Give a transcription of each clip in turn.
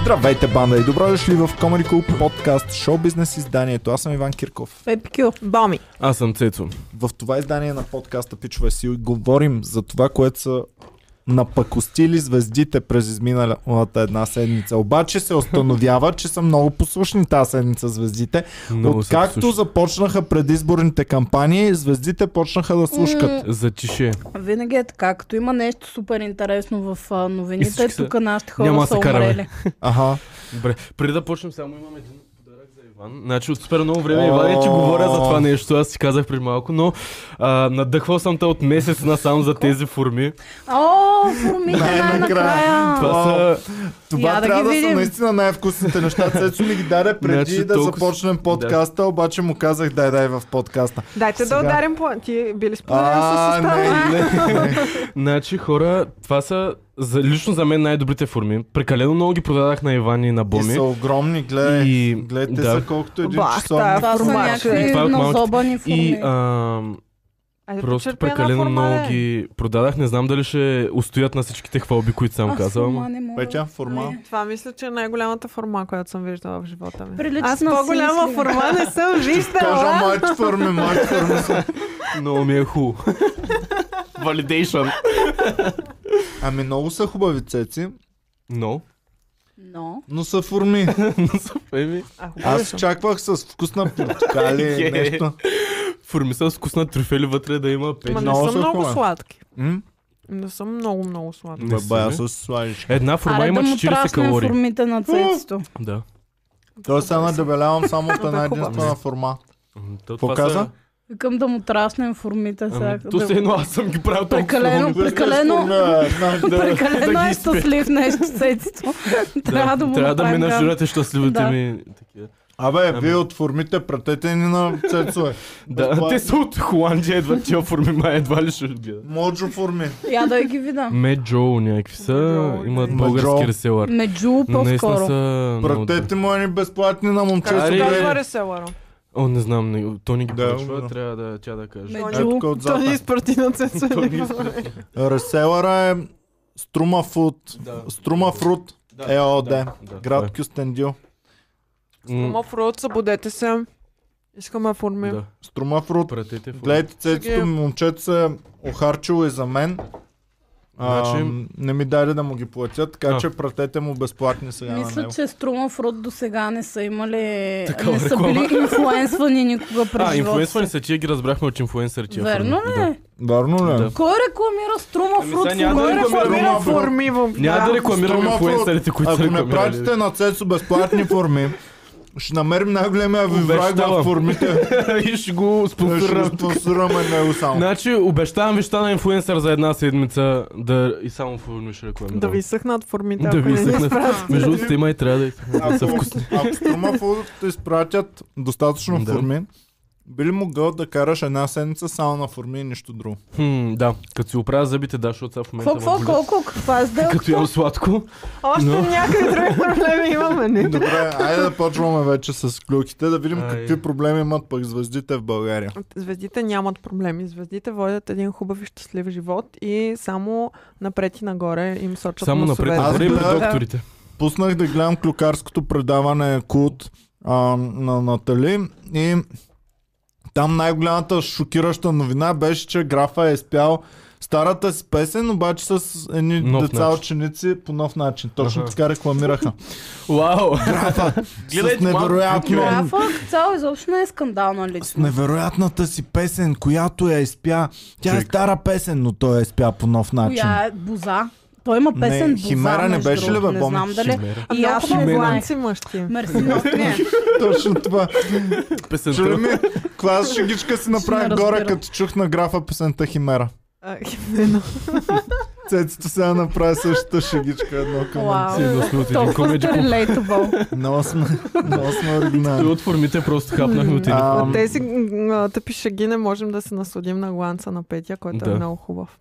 Здравейте, банда и добро дошли в Comedy Club подкаст шоу бизнес изданието. Аз съм Иван Кирков. е Пепкю, боми. Аз съм Цецо. В това издание на подкаста Пичове си говорим за това, което са напакостили звездите през изминалата една седмица. Обаче се установява, че са много послушни тази седмица звездите. Много се Откакто послушах. започнаха предизборните кампании, звездите почнаха да слушкат. За тише. Винаги е така. Като има нещо супер интересно в а, И новините, всички са- тук нашите хора Няма да са се караме. умрели. Аха. Добре, преди да почнем, само имам един подарък за Иван. Значи от супер много време О. Иван е, че говоря за това нещо, аз си казах преди малко, но а, надъхвал съм те от месец насам за тези форми. О, формите Най-накрая. най-накрая. Това О. са... Това Я да трябва ги да, са видим. наистина най-вкусните неща. Цецо ми ги даде преди Значи да толкова- започнем подкаста, обаче му казах дай дай в подкаста. Дайте Сега. да ударим по... Ти били споделен с А, не, остава. не. Значи хора, това са за, лично за мен най-добрите форми. Прекалено много ги продадах на Иван и на И Боми. са огромни, гледай. И- Гледай, те да. са колкото един Бах, часовник. Това са Формат. някакви И това е от малките. назобани И форми. а, Айде, просто почерпи една прекалено форма, много бе. ги продадах. Не знам дали ще устоят на всичките хвалби, които съм Аз казал. сама ама- не мога. Ами, Петя, форма. Това мисля, че е най-голямата форма, която съм виждала в живота ми. Прилича Аз на по-голяма синслива. форма не съм Кажа виждала. майч форми, майч форми. са. Много ми е хубаво. Validation. Ами много са хубави цеци, Но. Но. но са форми. Еми. А, хубаво Аз съм. очаквах с вкус на портокали, Е. нещо. Форми с вкус на трюфели вътре да има пече. Ма не много са са много хубави. сладки. М? Не са много, много сладки. Не Е, са, Бая бе. с сладиш. Една форма Аре има да му 40 траснем калории. формите на цецето. Да. Той е сега надебелявам само от една Хубаво е. единствена форма. М, то Какво това са- каза? Викам да му траснем формите сега. Ами, То да- се едно аз съм ги правил толкова. Прекалено, много. прекалено. е, да Прекалено ги е изпе. щастлив нещо цецето. Трябва да му трябва да направим мина грам. журата щастливите Да. ми. такива. Абе, Ами. вие от формите пратете ни на цецове. Да, Това- те са от Холандия, едва тия форми май едва ли ще гледа. Моджо форми. Я да ги видя. Меджо някакви са, Меджо, имат да. Меджо. български реселър. Меджу Но наистина по-скоро. са... много добри. Пратете му едни безплатни на момчето. Как се Ари. казва реселъра? О, не знам, не- то не ги Да, поръчва, да. трябва да тя да каже. Меджу. Ето тук Той ни отзад. изпрати на Цецо и То не на изпрати. Иван. Реселъра е Струма Фуд. Да. Струма Фрут Да, ЕОД. да, да, Е Град да. Кюстендил. М, Ма фрот, събудете се. Искаме форми. Да, Струма Фрут. пратете форми. Гледайте, Сергей. цецето ми момчето се е охарчило и за мен. А, Значи- Не ми даде да му ги платят, така А. че пратете му безплатни сега на Мисля, него. че Струма Фрод до сега не са имали... Такава не са реклама. били инфлуенсвани никога през А, живота инфлуенсвани си. са, тия ги разбрахме от инфлуенсърите. Верно ли? Да. Вярно ли? Да. е? Кой рекламира Струма Ами Фрод? сега няма да Кой рекламирам. рекламира? Форма, Формира бро. форми в... Няма да рекламираме Струма Фрут. инфлуенсърите, които са Ако не рекламирали. пратите на Цецо безплатни форми, ще намерим най-големия ви враг в Обещавам. формите. И ще го Ще го спонсорирам. спонсорираме него само. Значи, обещавам ви, ще стана инфлуенсър за една седмица да и само формиш рекламирам. Да ви съхнат формите, Да ако ви не ни изсъхнат. изпратите. Между другото, има и трябва да и да са Ако, вкусни. ако Струма Фудът изпратят достатъчно Да. форми, би ли могъл да караш една седмица само на форми и нищо друго? Хм, да, като си оправя зъбите, да, защото сега в момента Какво, какво, ме болят. колко, каква е Като сделката? ям сладко. Още Но- някакви други проблеми имаме, не? Добре, айде да почваме вече с клюките, да видим Ай. какви проблеми имат пък звездите в България. Звездите нямат проблеми. Звездите водят един хубав и щастлив живот и само напред и нагоре им сочат Само носовете. напред, Аз дори и при бях- докторите. Пуснах да гледам клюкарското предаване Култ а, на Натали и там най-голямата шокираща новина беше, че графа е спял старата си песен, обаче с едни Нов деца начин. ученици по нов начин. Точно Аха. така рекламираха. Вау! Графа с Гледайте, малко невероятно Графа като цяло изобщо не е скандална с лично. невероятната си песен, която я изпя. Тя е Чик. стара песен, но той я изпя по нов начин. Коя е Боза? Той има Не, песен Боза, Химера не между беше ли, другото, бе, Не Боми? знам дали. Химера. И аз не знам. знаех. си мъщи. Мерси, но не. Точно това. Чули Песента. ми, каква шегичка си Не направих разбира. горе, като чух на графа песента Химера. А, именно. Цецето сега направи същата шегичка едно към мен. Вау. Си едно сме от един Толкова комеди сте клуб. relatable. Много сме, много сме И оригинални. от формите просто хапнахме от един А, форм. От тези м, м, тъпи шаги не можем да се насладим на гланца на Петя, който е Да. много хубав.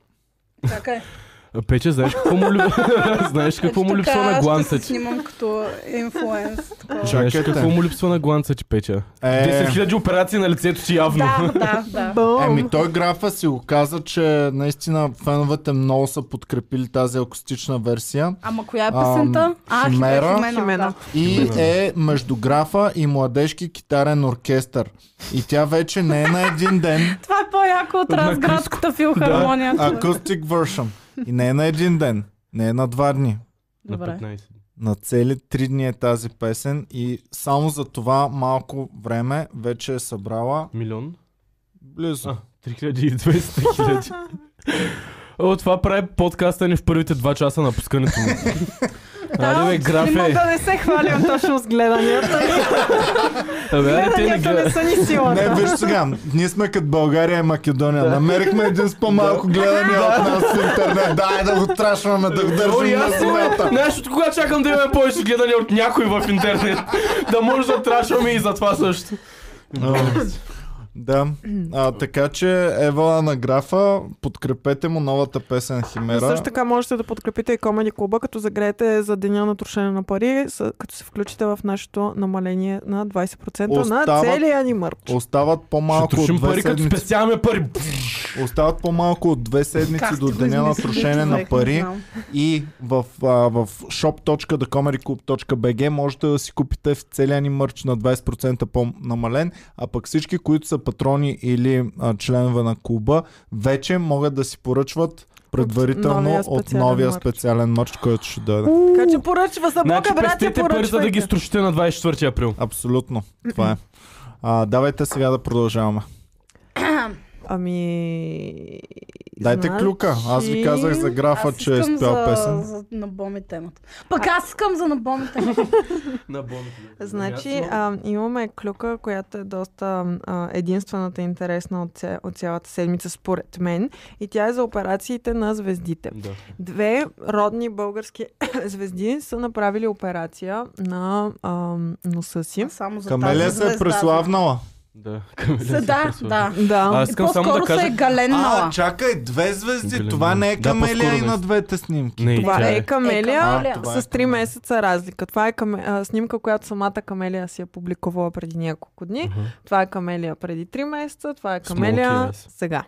Чакай. Значи А, Пече, знаеш какво му, лип... знаеш какво му липсва на гланца Ще се ти? снимам като инфлуенс. такова. Чакай. Знаеш Чакайте. какво му липсва на гланца ти, Пече? Е, 10 000 операции на лицето ти явно. Да, да, да. еми той графа си го каза, че наистина феновете много са подкрепили тази акустична версия. Ама коя е Ам, песента? А, Химера. Химена. Химена. Химена. И Химена. е между графа и младежки китарен оркестър. И тя вече не е на един ден. Това е по-яко от На разградската филхармония. Acoustic version. И не е на един ден. Не е на два дни. На Добре. 15. На цели три дни е тази песен и само за това малко време вече е събрала Милион? близо. А, 3200 хиляди. О, това прави подкаста ни в първите два часа на пускането му. Аре бе, Не графе. мога да не се хвалям точно с гледанията. Абе, аре ти не Гледанията не гледа. са ни Не, силата. виж сега, ние сме като България и Македония. Намерихме един с по-малко гледания от нас в интернет. Дай да го трашваме, да го О, е. и държим на аз имам. земята. Знаеш от кога чакам да имаме повече гледани от някой в интернет? Да може да трашваме и за това също. Да. А, така че Ева на графа, подкрепете му новата песен Химера. Също така можете да подкрепите и Комеди Клуба, като загреете за деня на трошене на пари, с- като се включите в нашето намаление на 20% на Остават- целия ни мърч. Остават по-малко Ще от трушим две пари, като седмици. спестяваме пари. Остават по-малко от две седмици Как до сте го деня на измислили, трошене на човек, не пари. знам. И в, а, в shop.thecomedyclub.bg можете да си купите в целия ни мърч на 20% по-намален, а пък всички, които са патрони или а, членове на клуба, вече могат да си поръчват предварително новия от специален новия мърч. специален мърч, който ще дойде. Така че поръчва за Значи Бога, брати, пестите пари, за да ги поръчвайте. струшите на 24 април. Абсолютно. Това е. А, давайте сега да продължаваме. Ами... Дайте значи- клюка. Аз ви казах за графа, Аз че е искам спял за- песен. за набоми темата. Пък аз искам за набоми темата. На бомбите. Значи а, имаме клюка, която е доста а, единствената интересна от, ця, от цялата седмица според мен и тя е за операциите на звездите. Да. Две родни български звезди са направили операция на а, носа си. Само за Камелия тази се е звезда. преславнала. Да. Се, е да, да. Да. Аз И искам само да по-скоро се кажа... е галеннала. А, чакай, две звезди. Голям. Това не е Да, камелия по-скоро и на наистина. двете двете снимки. Не, Това тя е камелия А, Камелия. това е с 3 камелия. месеца разлика. Това е кам... а, снимка, която самата камелия си е публикувала преди няколко дни. Мгм. Това е камелия преди 3 месеца, това е Смолки, камелия аз. сега.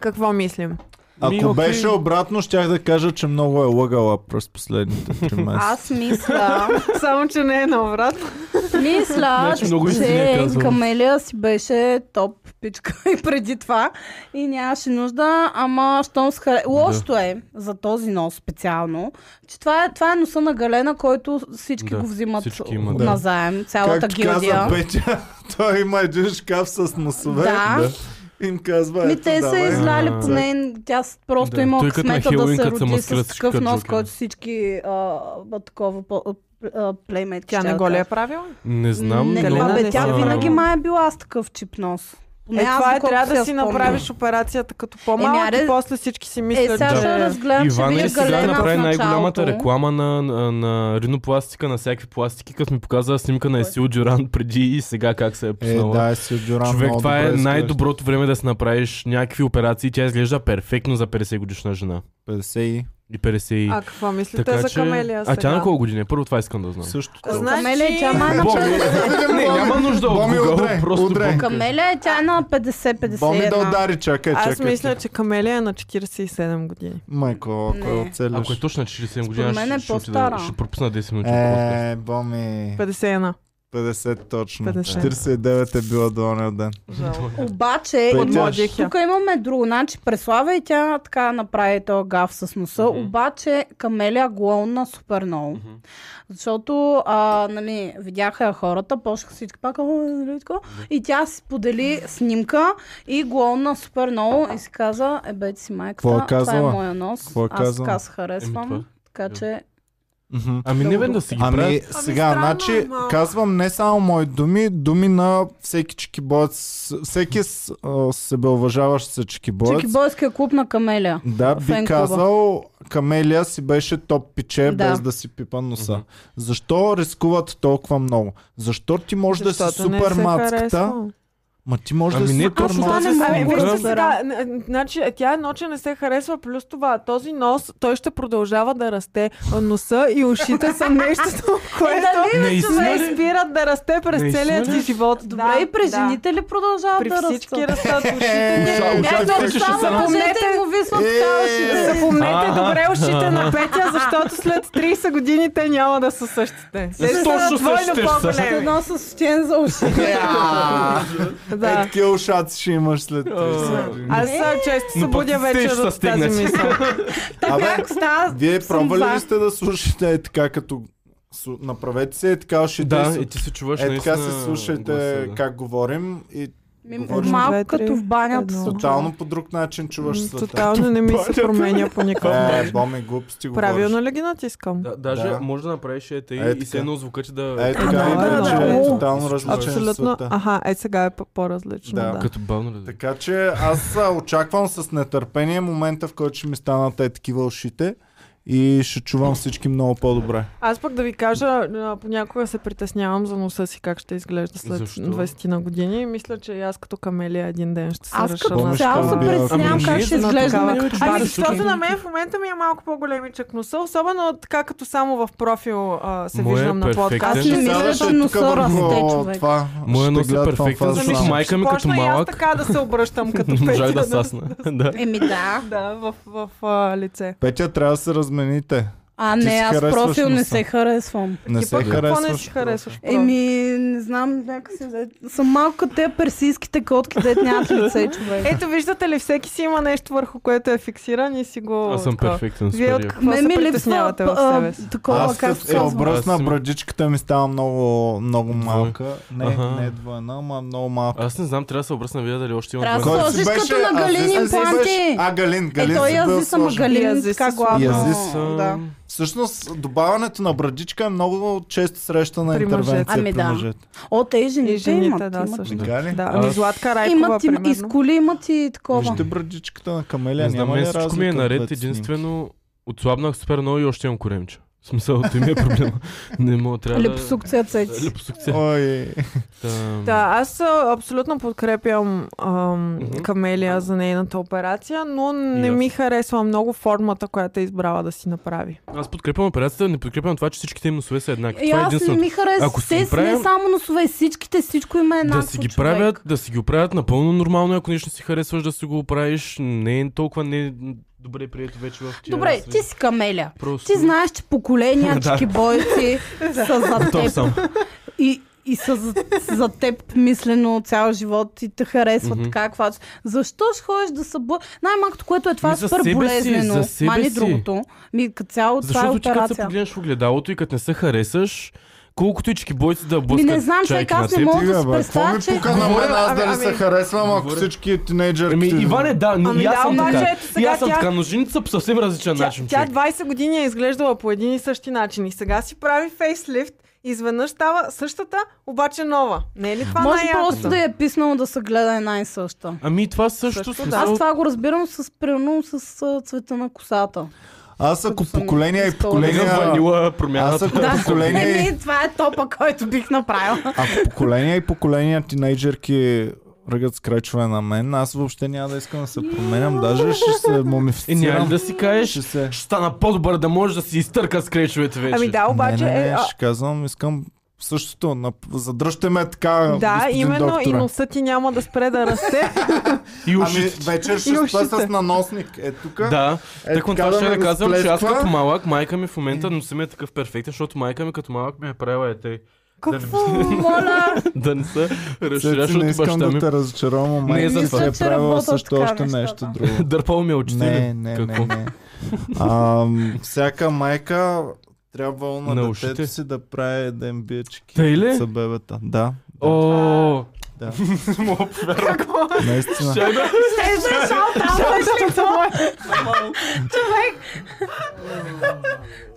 Какво мислим? Ако Ми, окей. беше обратно, щях да кажа, че много е лъгала през последните три месеца. Аз мисля, Само, че не е на обрат. мисля, Значи много истини е че казала. Камелия си беше топ пичка и преди това и нямаше нужда, ама щом с хар... Лошото е за този нос специално, че това е, това е носа на Галена, който всички Да, го взимат всички имат. Да. назаем, цялата Както гилдия. каза Петя, той има един шкаф с носове. да. Им казва, Ми ето, те са давай. изляли А. по нейн, тя с- просто Да. да. има Той като на късмета Хелоуин, да се като се роди маскират с такъв всички нос, джокери. който всички а, а, такова по- а, а, плеймейт. Тя не го ли е правила? Не знам, не, но... Галена Абе, не тя си винаги правила. май е била с такъв чип нос. Поне Е, аз това е, доколкото трябва да я си спомням. направиш операцията като по-малък аре- и после всички си Е, мислят, сега че... ще разгледам, че Иван видя е сега Галена направи в най-голямата началото. реклама на, на, на ринопластика, на всякакви пластики, като ми показа снимка на Есил Дюран преди и сега как се е Е, пуснала. да, е си Дюран. Човек, много това е добре най-доброто време да си направиш някакви операции. Тя изглежда перфектно за 50 годишна жена. изглежда. 50 и И 50 и... А какво мислите за камелия А сега? тя на колко години? е? Първо това искам да знам. също. Зна- Значи- Камелия, тя май е на Боми, не, няма нужда от Боми, Google, удрай, просто удрай. бомка. Камелия, тя е на 50-51. Боми да удари, чакай, чакай. Аз мисля, че камелия е на 47 години. Майко, ако Не. е оцелиш. Ако е точно на 47 години, аз мен е ще, ще, отида, по-стара. ще пропусна 10 минути. от подкаста. Е, Боми. 51. 50 точно. 50. 49 е била до ония ден. Жалко. Обаче, Петя. има- Младих я. тук имаме друго. Значи, Преслава и тя така направи този гав с носа, Мгм. обаче Камелия глонна супер много. Мгм. Защото, а, нали, видяха я хората, почнаха всички пак, «О, нали, така?» и тя си подели снимка и глонна супер много и си каза, ебе ти си Какво е майката, това е казала? моя нос, Какво е аз казала? е- така се Еми, харесвам, това така че Мгм. Ами не бе да си ги Ами правят. сега, странно е значи малко. казвам не само мои думи, думи на всеки чекибоец, всеки с- а, себеуважаващ се чекибоец. Чекибойския клуб на Камелия. Да, би Фен-клуба. казал, Камелия си беше топ пиче, Да. без да си пипа носа. Мгм. Защо рискуват толкова много? Защо ти можеш да си Защото не супер се мацката? харесва. Ма ти можеш Ами да не, си точно супер това носен. не мога. Ами, Ами, вижте да. сега, н- н- значи тя едно, че не се харесва, плюс това, този нос, той ще продължава да расте. А Носа и ушите са нещото, което дали, Не бе, изсмели. човек? не спират да расте Не през целия изсмели? ти живот. Добре, и при да. жените ли продължават При да всички растат? растат ушите. Е, Уша- е, уша- е, Бяхме очаквайте, е, че е, ще се само е, мъжете напомнете- и му висват Е, калшите. Запомнете А. добре ушите на Петя, защото след 30 години те няма да са същите. Те ще Точно са двойно същите ще са. е. Ще по-големи. носа с стен за уши. Еа! Е, Да. такива ушаци ще имаш след А, 30. Аз а, често се Но пък будя те вечер ще са от тази стигнати. мисъл. Абе, Ако става, вие съм пробвали за. ли сте да слушате е така като... су- Направете се е така ушите. Да, с- и ти се чуваш Е наистина така се слушайте гласа, да. как говорим и Ми, Говориш две, Малко три, като в банята. едно. се тотално по друг начин чуваш света. Тотално не ми се променя по никакъв Е, начин. боми глупости говориш. Правилно ли ги натискам? Да, даже Да. може да направиш е тъй Е, и се така. едно звукът да... Е, така да, е, да, че да. е О, тотално се чува. различен е Абсолютно. света. Аха, е сега е по- по-различно. Да. Да. Като бавно ли? Така че аз а, очаквам с нетърпение момента, в който ще ми станат е такива ушите и ще чувам всички много по-добре. Аз пък да ви кажа, а, понякога се притеснявам за носа си как ще изглежда след Защо? 20 на години и мисля, че и аз като камелия един ден ще се Аз реша като Помниш цяло как се била- преснявам Ами, как не, ще на изглеждаме. такава Ами, Ами, чубаша. защото защото на мен в момента ми е малко по-големичък носа, особено така като само в профил а, се Моя е виждам на перфектен. подкаст. Аз не мисля, Сега че ще е тук носа върху расте, човек. Това. Моя ще нос е гледам това перфектен, фаза. защото Ами, майка ми почна като и малък. аз така да се обръщам като Не можах Петя, да сасна. Да. Еми да. Да, в, в, а, лице. Петя, трябва да се размените. Ти А не, си аз харесваш профил не носа. се харесвам. Не Ти се пък какво не харесваш. си харесваш? Еми, не знам, някакси... Съм малко като те персийските котки, дете нямат лице, човек. Ето виждате ли, всеки си има нещо върху което е фиксиран и си го... Аз съм така. перфектен. Вие супер от яко. какво се притеснявате в себе а, си? такова, Аз е, как като се се казва. обръсна, Аз съм- браджичката ми става много, много Двойка. малка. Не, Аха. не двойна, ма много малка. Аз не знам, трябва да се обръсна видя дали още имам Трябва да двойка. Кой си сложиш беше? като на Азис Галин ли си импланти. беше? А, Галин, Е, Галин той си бил язи само сложен. И Галин, ази така си главно. сложи. Аз съм- Да. Всъщност, добавянето на браджичка е много често срещана При мъжете. интервенция Ами при да. мъжете. О, те и жените, И жените, имат. да, имат. също. Така ли? Да, ами Аз- Златка Райкова, Имат им, и с примерно. коли имат и такова. Вижте браджичката на камелия, Не знам, няма ли мен всичко ми е разлика? наред, единствено отслабнах супер много и още имам коремче. В смисъл, той ми е проблема. Не мога, трябва да... Липосукция цеци. Липосукция. Ой, Та, Да, аз а, абсолютно подкрепям ам, Мгм. Камелия за нейната операция, но не аз. ми харесва много формата, която е избрала да си направи. Аз подкрепям операцията, не подкрепям това, че всичките им носове са еднакви. И Това е аз не единственото. ми харесва. Ако си Те ги си не правим- само носове, всичките, всичко има еднакво Да си ги човек. правят, да си ги оправят напълно нормално, ако нещо си харесваш да си го оправиш, не е толкова не е добре прието вече в тия Добре, свят. ти си камеля. Просто... Ти знаеш, че поколенията бойци са за Готов теб. съм. И, и са за, за теб мислено цял живот и те харесват Мгм. така, каквато. Защо ще ходиш да се бъ... Най-малкото, което е това Ми е за супер себе си, болезнено. за себе Мани си. другото. Ми като цяло това е Защото ти като се операция. погледнеш в огледалото и като не се харесаш, колкото и чекибойци да блъскат не знам, човек, чайки аз на теб, не мога ти да бе, си бе, какво ми представя, че... пука на мен, аз Ами, дали ами- се харесвам, ако Говоря. всички тинейджерки... Ами, Иване, да, но Ами и аз да, съм обаче, така. ето И сега аз съм тя- така, но жените са по съвсем различен Тя, начин. тя човек. 20 години е изглеждала по един и същи начин и сега си прави фейслифт, изведнъж става същата, обаче нова. Не е ли това Може най-якото? просто да я е писнало да се гледа една и съща. Ами това също, Също смисъл... да. Аз това го разбирам с примерно с а, цвета на косата. Аз ако Като съм поколения и изпълнена. Колега поколения... ванила Аз промяната. ако поколения и Еми, това е топа, който бих направила. Ако поколения и поколения тинейджерки ръгат с кречове на мен, аз въобще няма да искам да се променям. Даже ще се Е, няма ли мумифицирам. да си кажеш, Ще се... ще стана по-добър да можеш да си изтърка с кречовете вече. Ами да, обаче... не, не, е, не, а- ще казвам, искам същото. нап- Задръжте ме така, да, господин именно докторе. и носът ти няма да спре да расте. И Ами ушите. вечер И ще спа ушите. с наносник. Е тук. Да, е, Тъкмо така това ще ме да казвам, че аз разплесква. като малък, майка ми в момента носи ми е такъв перфектен, защото майка ми като малък ми е правила е тъй. Какво? Моля! Да не се разширя, Цеци, не защото искам баща да ми те разочаровам, ама Не е не за за това. е Мисля, че правила работят също така още нещо нещата. друго. дърпал ми е очите. Не, ли? не, Какво? не, не. А, всяка майка трябвало на, На детето ушите. си да прави да им бие чеки Тъй ли? за бебета. Да, О, е да. мога повярвам. Наистина. Ще да- Е, Е,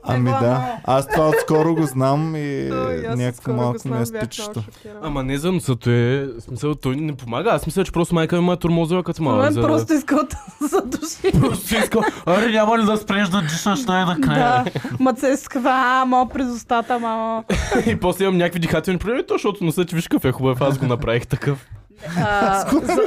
Ами да. Аз това отскоро го знам и Ой, аз някакво скоро го малко знам, ме е бях много спичащо. шокирана. Ама не за носато е. в Смисъл, той не помага. Аз мисля, че просто майка ми ме е турмозила като На малък. мен за да- просто искал да се души. Просто искам. Аре, няма ли да спреш да дишаш най-накрая? Да, ма се сква, ма през устата, мама. И после имам някакви дихателни проблеми, то, защото носът ти виж какъв е хубав. Аз го направих такъв. А, за,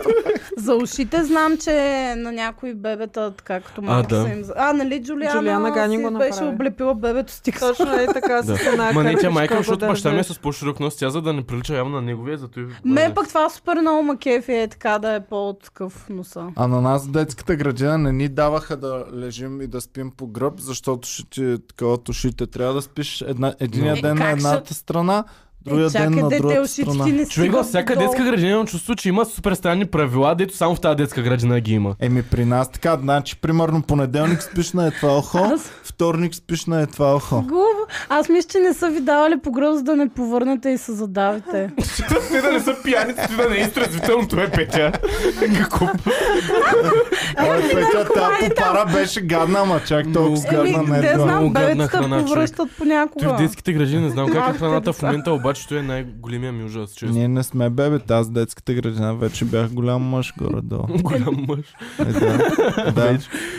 за ушите знам, че на някои бебета, така като малко да. са им... за- А, нали Джулиана, Джулиана Гани си го направи. беше облепила бебето с тикса. Точно е така Да. с една Ма не, тя кърпичка майка, го защото баща ми е държиш. с по-широк нос, тя за да не прилича явно на неговия, зато и... Мен пък това супер много ма кефи е така да е по-такъв носа. А на нас в детската градина не ни даваха да лежим и да спим по гръб, защото ще ти така от ушите трябва да спиш една, единия Е, ден на как ще- едната страна, другия е, чакай, ден на дете, другата ушите страна. ти не Човек във стигат всяка долу. детска градина имам чувство, че има супер странни правила, дето само в тази детска градина ги има. Еми при нас така, значи примерно понеделник спиш на това ухо, Аз- вторник спиш на това ухо. Глупо. Аз мисля, че не са ви давали по гръб, за да не повърнете и се задавите. Те да не са пияници, ти да не е изтрезвителното е печа. Какво? Абе, Петя, тази попара беше гадна, ама чак толкова гадна Много Еми, не е не била. Много знам, гадна бебетата храна, човек. повръщат Той в понякога. детските градини не знам как е Малките храната в деца. момента, обаче той е най-големия ми ужас, честно. Ние не сме бебета, аз в детската градина вече бях голям мъж горе-долу. Голям мъж. Е, да. да.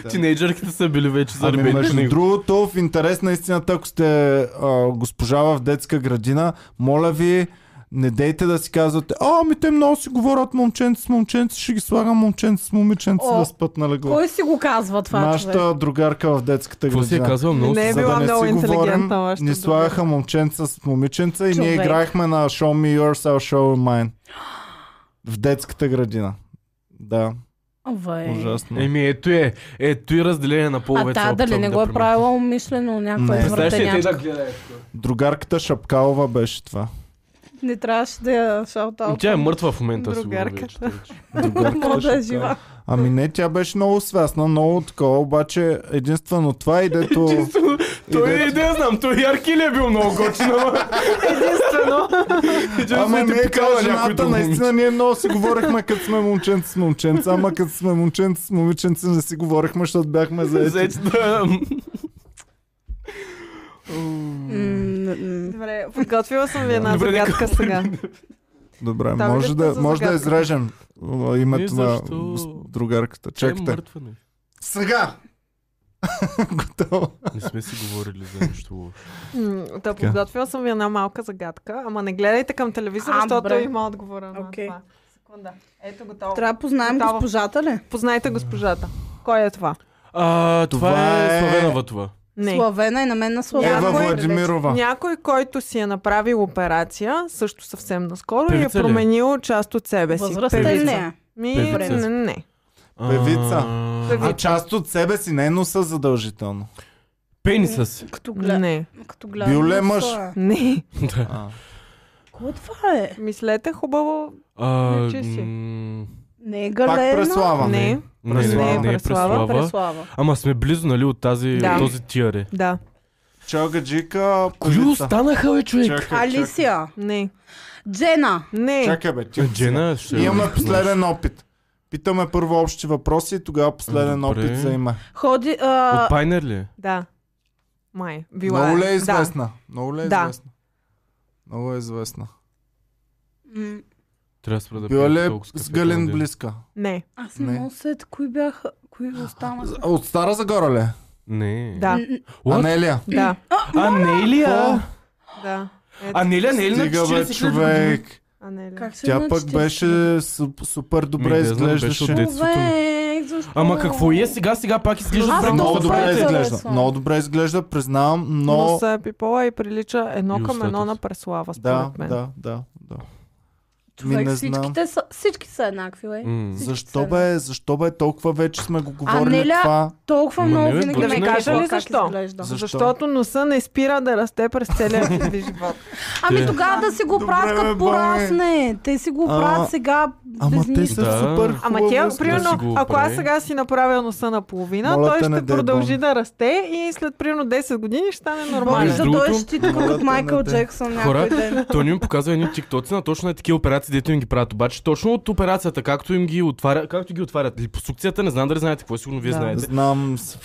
Тинейджърките са били вече Ами, заребени в между него. другото, в интерес на истината, ако сте а, госпожа в детска градина, моля ви, не дейте да си казвате, а, ми те много си говорят момченци с момченци, ще ги слагам момченци с момиченци О, да нали, спът на легло. Кой си го казва това, Нашата човек? другарка в детската Какво си е градина. казвал? Много Не е За била да не много си говорим, интелигентна вашата ни другарка. слагаха момченца с момиченца и ние Човек. играехме на Show Me Yours, I'll Show You Mine. В детската градина. Да, Вай. ужасно. Еми, ето е. Ето и разделение на А половете. та дали не го е правила умишлено някаква Не. Представяш ли те да извратенячка? гледаеш? Другарката Шапкалова беше това. Не трябваше да я шалтал. Тя е мъртва в момента, сигурно Другарката. вече. тъй, че. Може да е Шапкалова. жива. Ами не, тя беше много свясна, много такова, обаче единствено това и дето... дето- Той е, да я знам, той ярки ли е бил много готин, ама... Единствено. Ама Ама не, ти тя пикала някой жената, друг момиче. наистина ние много си говорихме като сме момченца с момченца, ама като сме момченца с момиченца не си говорихме, защото бяхме е заети. Заети да... М, м, м. Добре, подготвила съм ви една Добре, загадка сега. Добре, Там може идете да, за може да загадка. изрежем а, Е, името на защо? гос- другарката. Тя е Чакайте. мъртва, не. Сега! Готово. Не сме си говорили за нещо лошо. М, Да, подготвила съм ви една малка загадка, ама не гледайте към телевизора, А, защото добре. има отговора на Окей. това. Секунда. Ето готово. Трябва да познаем Готово. госпожата ли? Познайте госпожата. Кой е това? А, това Това е- е Славенова това. Не. Славена и на мен на Славена. Ева Някой- Владимирова. Някой, който си е направил операция, също съвсем наскоро, и е Певица ли е? променил част от себе си. Възрастта Певица. ли Е, не? Ми, не, Певица. не. А, Певица. А Певица. част от себе си, не, но са задължително. Пениса си. Като гледам. Не. Като гледам. Бил ли е на мъж? Слава. Не. Да. А. Кой това е? Мислете хубаво. А, Личи си. м, Не е Пак Галена. Преслава. не. Не, не, не, Преслава. не е Преслава. Преслава. Преслава. Ама сме близо, нали, от тази, Да. от този тиар е. Да. Чалгаджика, Кои полица. останаха, бе, човек? Е, Чакай, чакай. Алисия. Не. Джена. Не. Чакай бе, ти Е, Джена, ще... Имаме последен опит. Питаме първо общи въпроси и тогава последен Добре. опит за име. Ходи. а, От Пайнер ли? е? Да. Май. Била Много ли е Да. известна? Много ли е Да. известна? Много е известна. м, Трябва да спра да Била пия ли е толкова с кафе Галин този ден. близка? Не. Аз не Не. мога да се сетя кои бяха, кои останаха. От Стара Загора ли? е? Не. Да. М, What? Анелия. Да. Анелия! Да. Ето. Анелия не е ли на Стига 40 бе, лет години? човек. Анелия. Как ще Тя иначе пък ще беше си- суп- супер добре Ми, да знам, беше от изглеждаше. дет- детството ми. Ове, защо? Ама какво е сега, сега пак изглежда Аз добре. Много Много добре добре изглежда. харесвам. Много добре изглежда, признавам, Но но... са е пипала и прилича едно И към едно устата на си. Преслава, Да, според мен. да, да, да. Човек, Ми, не знам. всичките са, всички са еднакви, бе. М. Всички Защо са бе, защо бе, толкова вече сме го говорили Анеля- това. Толкова Ма много не, бе, винаги да ме ви е кажа кефила ли как защо? изглежда. Защо? Защото носа не спира да расте през целия ви живот. Ами Те- тогава да си го Добре, правят бе, като бай. порасне. Те си го А, правят сега Ама без те нищо. са Да. супер Ама хубаво тя, изглежда. е да си примерно, го ако аз оправи. сега си направя носа наполовина, Моля той те, не ще дей продължи бон. да расте и след примерно 10 години ще стане Може нормален. Между да той другото- ще ти тук Моля като те, Майкъл не те. Джексън Хора, някой ден. Той ни им показва едни тиктоци на точно на такива операции, дето им ги правят. Обаче точно от операцията, както им ги отварят, както ги отварят. Липосукцията, не знам дали знаете какво, е, сигурно вие Да. знаете. Знам, с-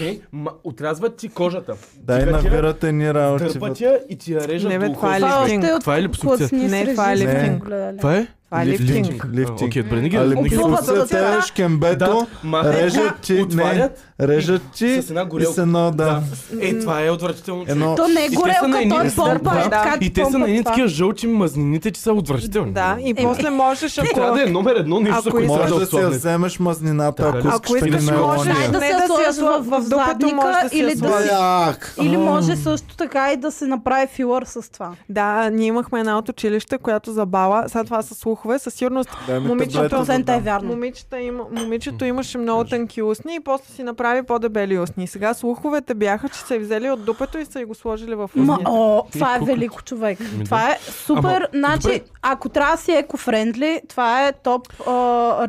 Не, ма, отразват ти кожата. дай Дигат я, навират едни работи. дърпат вътре. я и ти я режат Не, бе, до това е ухо. лифтинг. още е от Това е ли псукция? класни Не, това е срещи сме лифтинг. гледали. Това е? Това е Лифтинг. лифтинг. Лифтинг. А, Окей, добре, не ги Али не ги Опъват мислят ръцете. те, шкембето, махат, режат ти, не, е, отварят режат ти с една и горелка. се но, да. Е, това е отвратително. човек. Едно, То не е И те са горелка, на едни- той е помпа. Да. е така ти И те са помпа на едни това. такива жълчи мазнините, че са отвратителни. Да, и Е, после можеш, ако... Трябва да е номер едно нещо, за Ако което Може трябва да да си я отслабне. вземеш мазнината, Така ли? ако Ако искаш искаш, да можеш. Ай, не да да се се я сложи сложа в в, в дупето, може да задника си я или да сложи. си... Як! Или може също така и да се направи филър с това. Да, ние имахме една от училище, която забава. Сега това са слухове. Със сигурност Дай ми момичето- таблетка, да 100% е дам. вярно. момичета има, момичето имаше много тънки устни и после си направи по-дебели устни. Сега слуховете бяха, че са я взели от дупето и са й го сложили в Ма, устните. о, това е Никога. велико човек. Ами да. Това е супер. Ама, Значи, добре. ако трябва да си екофрендли, това е топ а,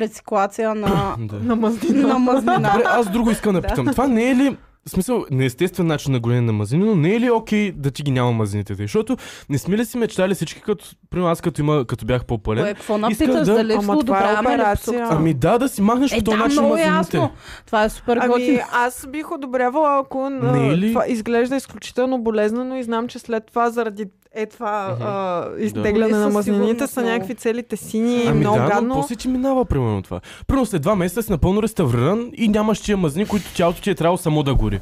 рециклация на, Да. На мазнина. на мазнина. Добре, аз друго искам да питам. Това не е ли в смисъл, неестествен начин на гонене на мазнини, но не е ли окей да ти ги няма мазнините? Защото не сме ли си мечтали всички, като, примерно аз като, има, като бях Кое, по-пълен? е, Какво Иска напиташ? да- Дали Ама това е подобряваме ли операция. психото? Ами да, да си махнеш Е, по този да, начин много мазнините. ясно. Това е супер Ами готино. аз бих одобрявала, ако на... Не е ли? това изглежда изключително болезнено и знам, че след това заради е това Мгм. а, Боли изтегляне със на мазнините сигурност са много. някакви целите сини и Ами много да, гадно. но после ти минава примерно това. Примерно след два месеца си напълно реставриран и нямаш тия мазнини, които тялото ти е трябвало само да гори.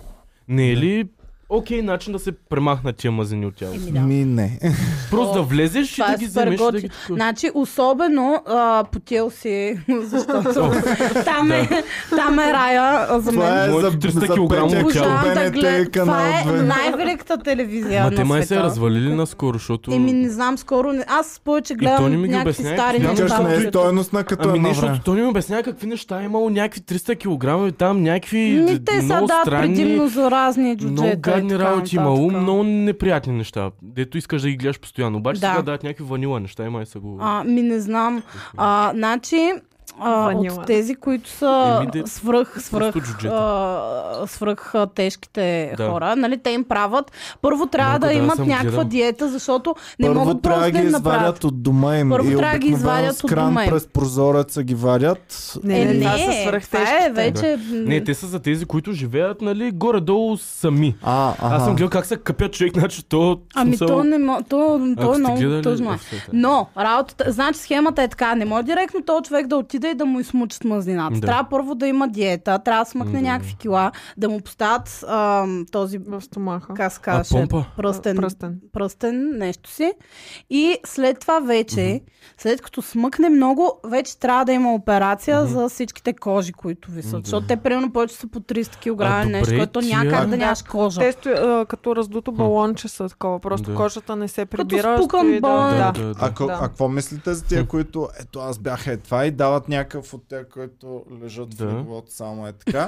Не е ли окей начин да се премахнат тия мазнини от тялото? Еми да. Ми не. Просто да влезеш и Това да е ги супер вземеш и да готино. ги... Значи, особено а, по TLC, защото там, е, там е рая а, за мен. Това е за Моето 300 килограма петия очало. Обожавам да БНТ гледам. канал Това 2. е най-великата телевизия Ма те на май се е света. развалили наскоро, защото... Еми, не знам, скоро не... Аз повече той не гледам ми ги някакви обяснява, стари постоянно. Викаш Там не е неща. стойностна като Ами едно не, защото време. той ни обяснява какви неща е имало, някакви 300 кг и там някакви Ми, Ами, те са много да, странни, предимно за разни джуджета. много и гадни така работи имало, нататък. много неприятни неща, дето искаш да ги гледаш постоянно. Обаче Да. сега дават някакви ванила неща, има и са го... А, ми не знам. А, значи, а, Ванила. от тези, които са Еми, де- свръх, свръх, просто джуджета. а, свръх а, тежките Да. хора, нали, те им правят. Първо трябва Малко да, да, аз имат съм някаква гледал. диета, защото не Първо могат трябва да просто да ги им направят. извадят от дома им. Първо и трябва да ги обикновено извадят с от кран дома им. през прозореца ги вадят. Не, не, Е, това са Е, това е свръхтежките. вече... Не, те са за тези, които живеят, нали, горе-долу сами. А, аха. Аз съм гледал как се къпят човек, значи то... Ами смисъл, то не мо... То, то ако е сте много гледали, тъжно. е. е, все така. Но, работата, значи схемата е така. Не може директно този човек да отиде и да му измучат мазнината. Да. Да. Трябва първо да има диета, трябва да смъкне М, да. някакви кила, да му поставят ам, този В стомаха. как се А, казваше, помпа. пръстен, пръстен. Пръстен. пръстен, нещо си. И след това вече, след като смъкне много, вече трябва да има операция Мгм. за всичките кожи, които висят. М, да. Защото те примерно повече са по 300 кг А, или нещо, добре, което няма тия- как да Да. нямаш кожа. Те стои, а, като раздуто балонче са такова. Просто Да. кожата не се прибира. спукан стои да- балон. Да, Да, да. да, да. Ако, Да. А какво мислите за тия, които ето аз бях е това и дават някакъв от тях, които лежат Да. в леглото само е така.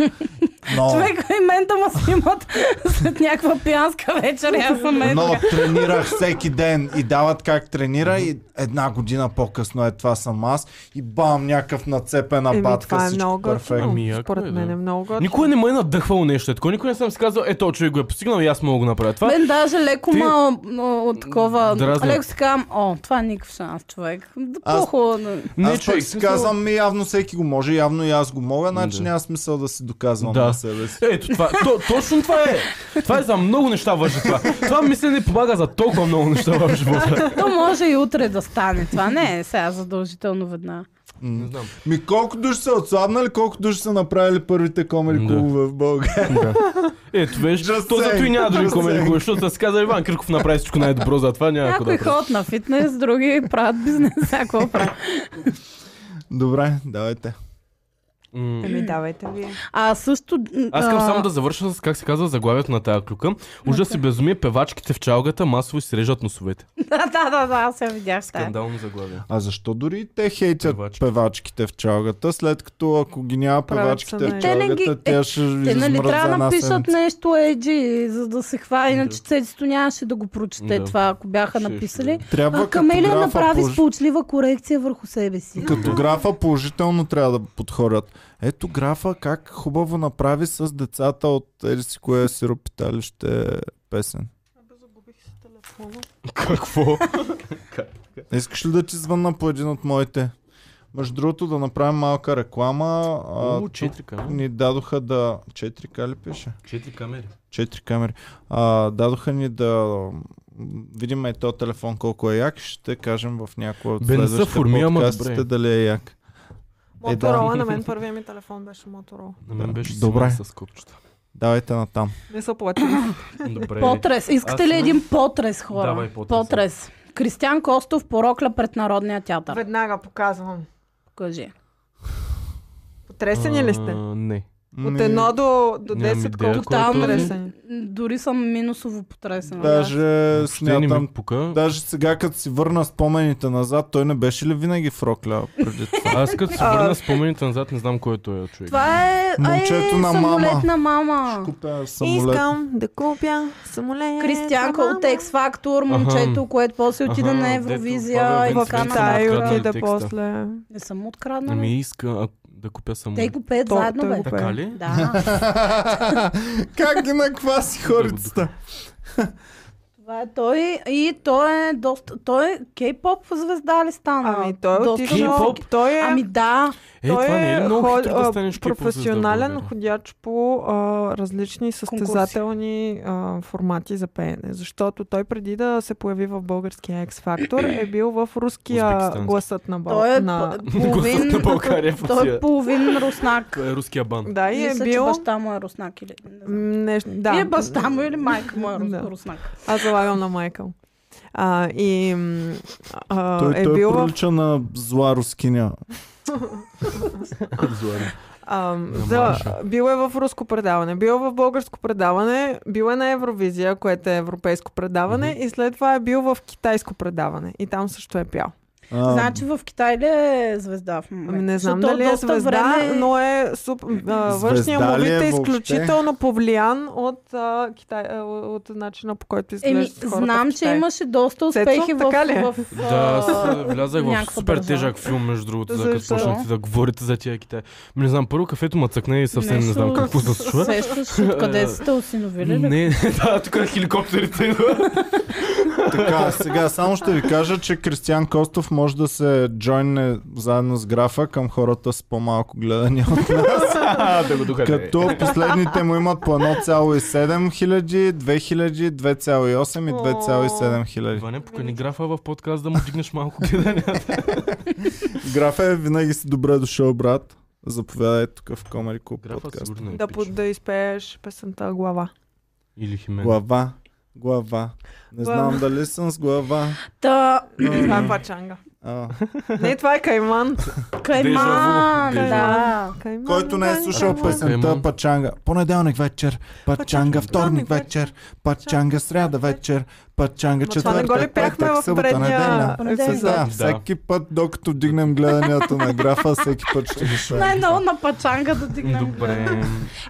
Но, Човека и мен да ме снимат след някаква пиянска вечер. и Аз съм е но така. тренирах всеки ден и дават как тренира и една година по-късно е това съм аз и бам някакъв нацепен Еми, апатка. това е всичко много перфектно. готино. Ами, яко Според е, да. мен е много готино. Никой не ме е надъхвал нещо. е Такова никой не съм си казал, ето човек го е постигнал и аз мога да го направя това. Мен даже леко Ти- ма а, от такова... Дразни. Леко си казвам, о, това е никакъв шанс, човек. Да Аз- по-хубаво. Не, аз е пък човек, си смисъл- казвам, ми явно всеки го може, явно и аз го мога, значи Да. няма смисъл да си доказвам Да. на себе си. Ето това, то, точно това е. Това е за много неща въжи това. Това мислене помага за толкова много неща в живота. То може и утре да стане. Това не е сега задължително веднага. М. знам. Ми колко души са отслабнали, колко души са направили първите комери Да. клубове в България. Ето, виж, Just то зато и saying, няма други just saying. комери, клубове, защото да се каза Иван Кирков направи всичко най-добро, затова няма какво Някои да прави. ходят на фитнес, други правят бизнес, всяко правят. Добре, давайте. М. Еми, давайте Е, вие. А също... Аз искам а, само да завърша с, как се казва, заглавието на тази клюка. Ужас и безумие, певачките в чалгата масово си режат носовете. Да, да, да, да, аз я видях. тая. Скандално заглавие. А защо дори те хейтят Певачки. певачките в чалгата, след като ако ги няма Правят певачките се в на- Те не ги- чалгата, тя ще Те нали измрат за трябва да една напишат седмица. нещо еджи, за да се хва, иначе Да. Цецито нямаше да го прочете Да. това, ако бяха Ще- написали. Трябва А, Камелия картографа направи положи- сполучлива корекция върху себе си. Като графа положително трябва да подходят. Ето графа как хубаво направи с децата от Еди си кое сиропиталище песен. Какво? Искаш ли да ти звънна по един от моите? Между другото да направим малка реклама. О, А, четири камери. ни дадоха да... 4К ли пише? Четири камери. Четири камери. А, дадоха ни да видим е този телефон колко е як, ще кажем в някоя от Бе, не са следващите форми, ама подкастите добре. дали е як. Е, да. Моторола, на мен първия ми телефон беше Моторола. На мен Да. беше Добре. Добре. с копчета. Давайте натам. Не са платили. Добре. Потрес. Искате Е. Аз ли съм- един потрес, хора? Давай потрес. Потрес. Кристиан Костов порокля пред Народния театър. Веднага показвам. Кажи. Потресени ли сте? А, Не. Е, От едно до, до 10 Нямам идея, колко кой е сте Тотално. този. потресени. Дори съм минусово Ами потресена. Даже Въобще не ми смятам, пука. даже сега като си върна спомените назад, той не беше ли винаги в рокля преди това? Аз като си върна спомените назад, не знам кой е този човек. Това е... Момчето е, на мама. самолет на мама. Ще купя самолет. Искам да купя самолет. Кристиянка Ама, Е, от X Factor, момчето, което после отида Аха, на дето Евровизия Павел Ами, и В така Венцелев нататък. Китай Откраднали отида текста. после. Не съм откраднала. Не ми Ами иска а, да купя само. Те го пеят Той- заедно, той бе. го пее. Така ли? Да, как ги накваси хорицата? това е той. И той е доста... Той е кей-поп звезда ли стана? Ами той е Доста отишъл. малки. Той е... Ами да, Е, той това не е ли много ход- хитро да а, станеш кей-поп звезда в професионален България? ходяч по а, различни състезателни а, формати за пеене. Защото той преди да се появи в българския X Factor е бил в руския Узбекистански. гласът на Бал. той е на... п- половин... Гласът на България в той е Русия. половин руснак. Това е руския бан. Да, и е Мисля, че бил... баща му е руснак или... не М, знам. Не, да. Или баща му или майка му е рус- Да. руснак. Аз залагам на Майкъл. А, и м, а, Той, е той бил в... прилича на зла рускиня. А, за, марша. бил е в руско предаване, бил е в българско предаване, бил е на Евровизия, което е европейско предаване, Мгм. и след това е бил в китайско предаване. И там също е пял. А, Значи в Китай ли е звезда в момента? Ами не знам Защото дали е доста звезда, време- но е суп... а, външния Звезда му ли вид е е въобще? изключително повлиян от, а, китай... а, от начина по който Еми, изглежда знам, че имаше доста Цецо, успехи в... така ли е? в, Да, аз а, а, влязах в някаква супер държава. тежък филм, между другото, за като Защо? почнахте да говорите за тия Китай. Ми не знам, първо кафето ма цъкне и съвсем не знам Нещо какво да се чува. Сещаш ли откъде сте осиновили ли? Не, да, тук хеликоптерите идва. така, сега само ще ви кажа, че Кристиан Костов може да се джойне заедно с графа към хората с по-малко гледания от нас. Да го докъде. като последните му имат по 1,7 хиляди, 2 хиляди, 2,8 и 2,7 хиляди. Иване, покани графа в подкаст да му дигнеш малко гледанията. Графа е винаги си добре дошъл, брат. Заповядай тук в Комери Клуб Графа подкаст. сигурно е Да, пич. под, да изпееш песента глава. Или Химен. Глава, глава. Не Глава. знам дали съм с глава. Та, Това е пачанга. А. Не, това е Кайман. Кайман, Дежаву. да. Кайман Който не е Кайман. слушал песента Кайман. Пачанга. Понеделник вечер, Пачанга, Пачанга, вторник вторник вечер, Пачанга, сряда вечер, Пачанга, Ма това не го ли четвъртък, пяхме петък, в събота, неделя. предния Понеделник. епизод? Да, всеки път, докато дигнем гледанията на графа, всеки път ще ги шуем. Най-много на пачанга да дигнем. Ами, Добре.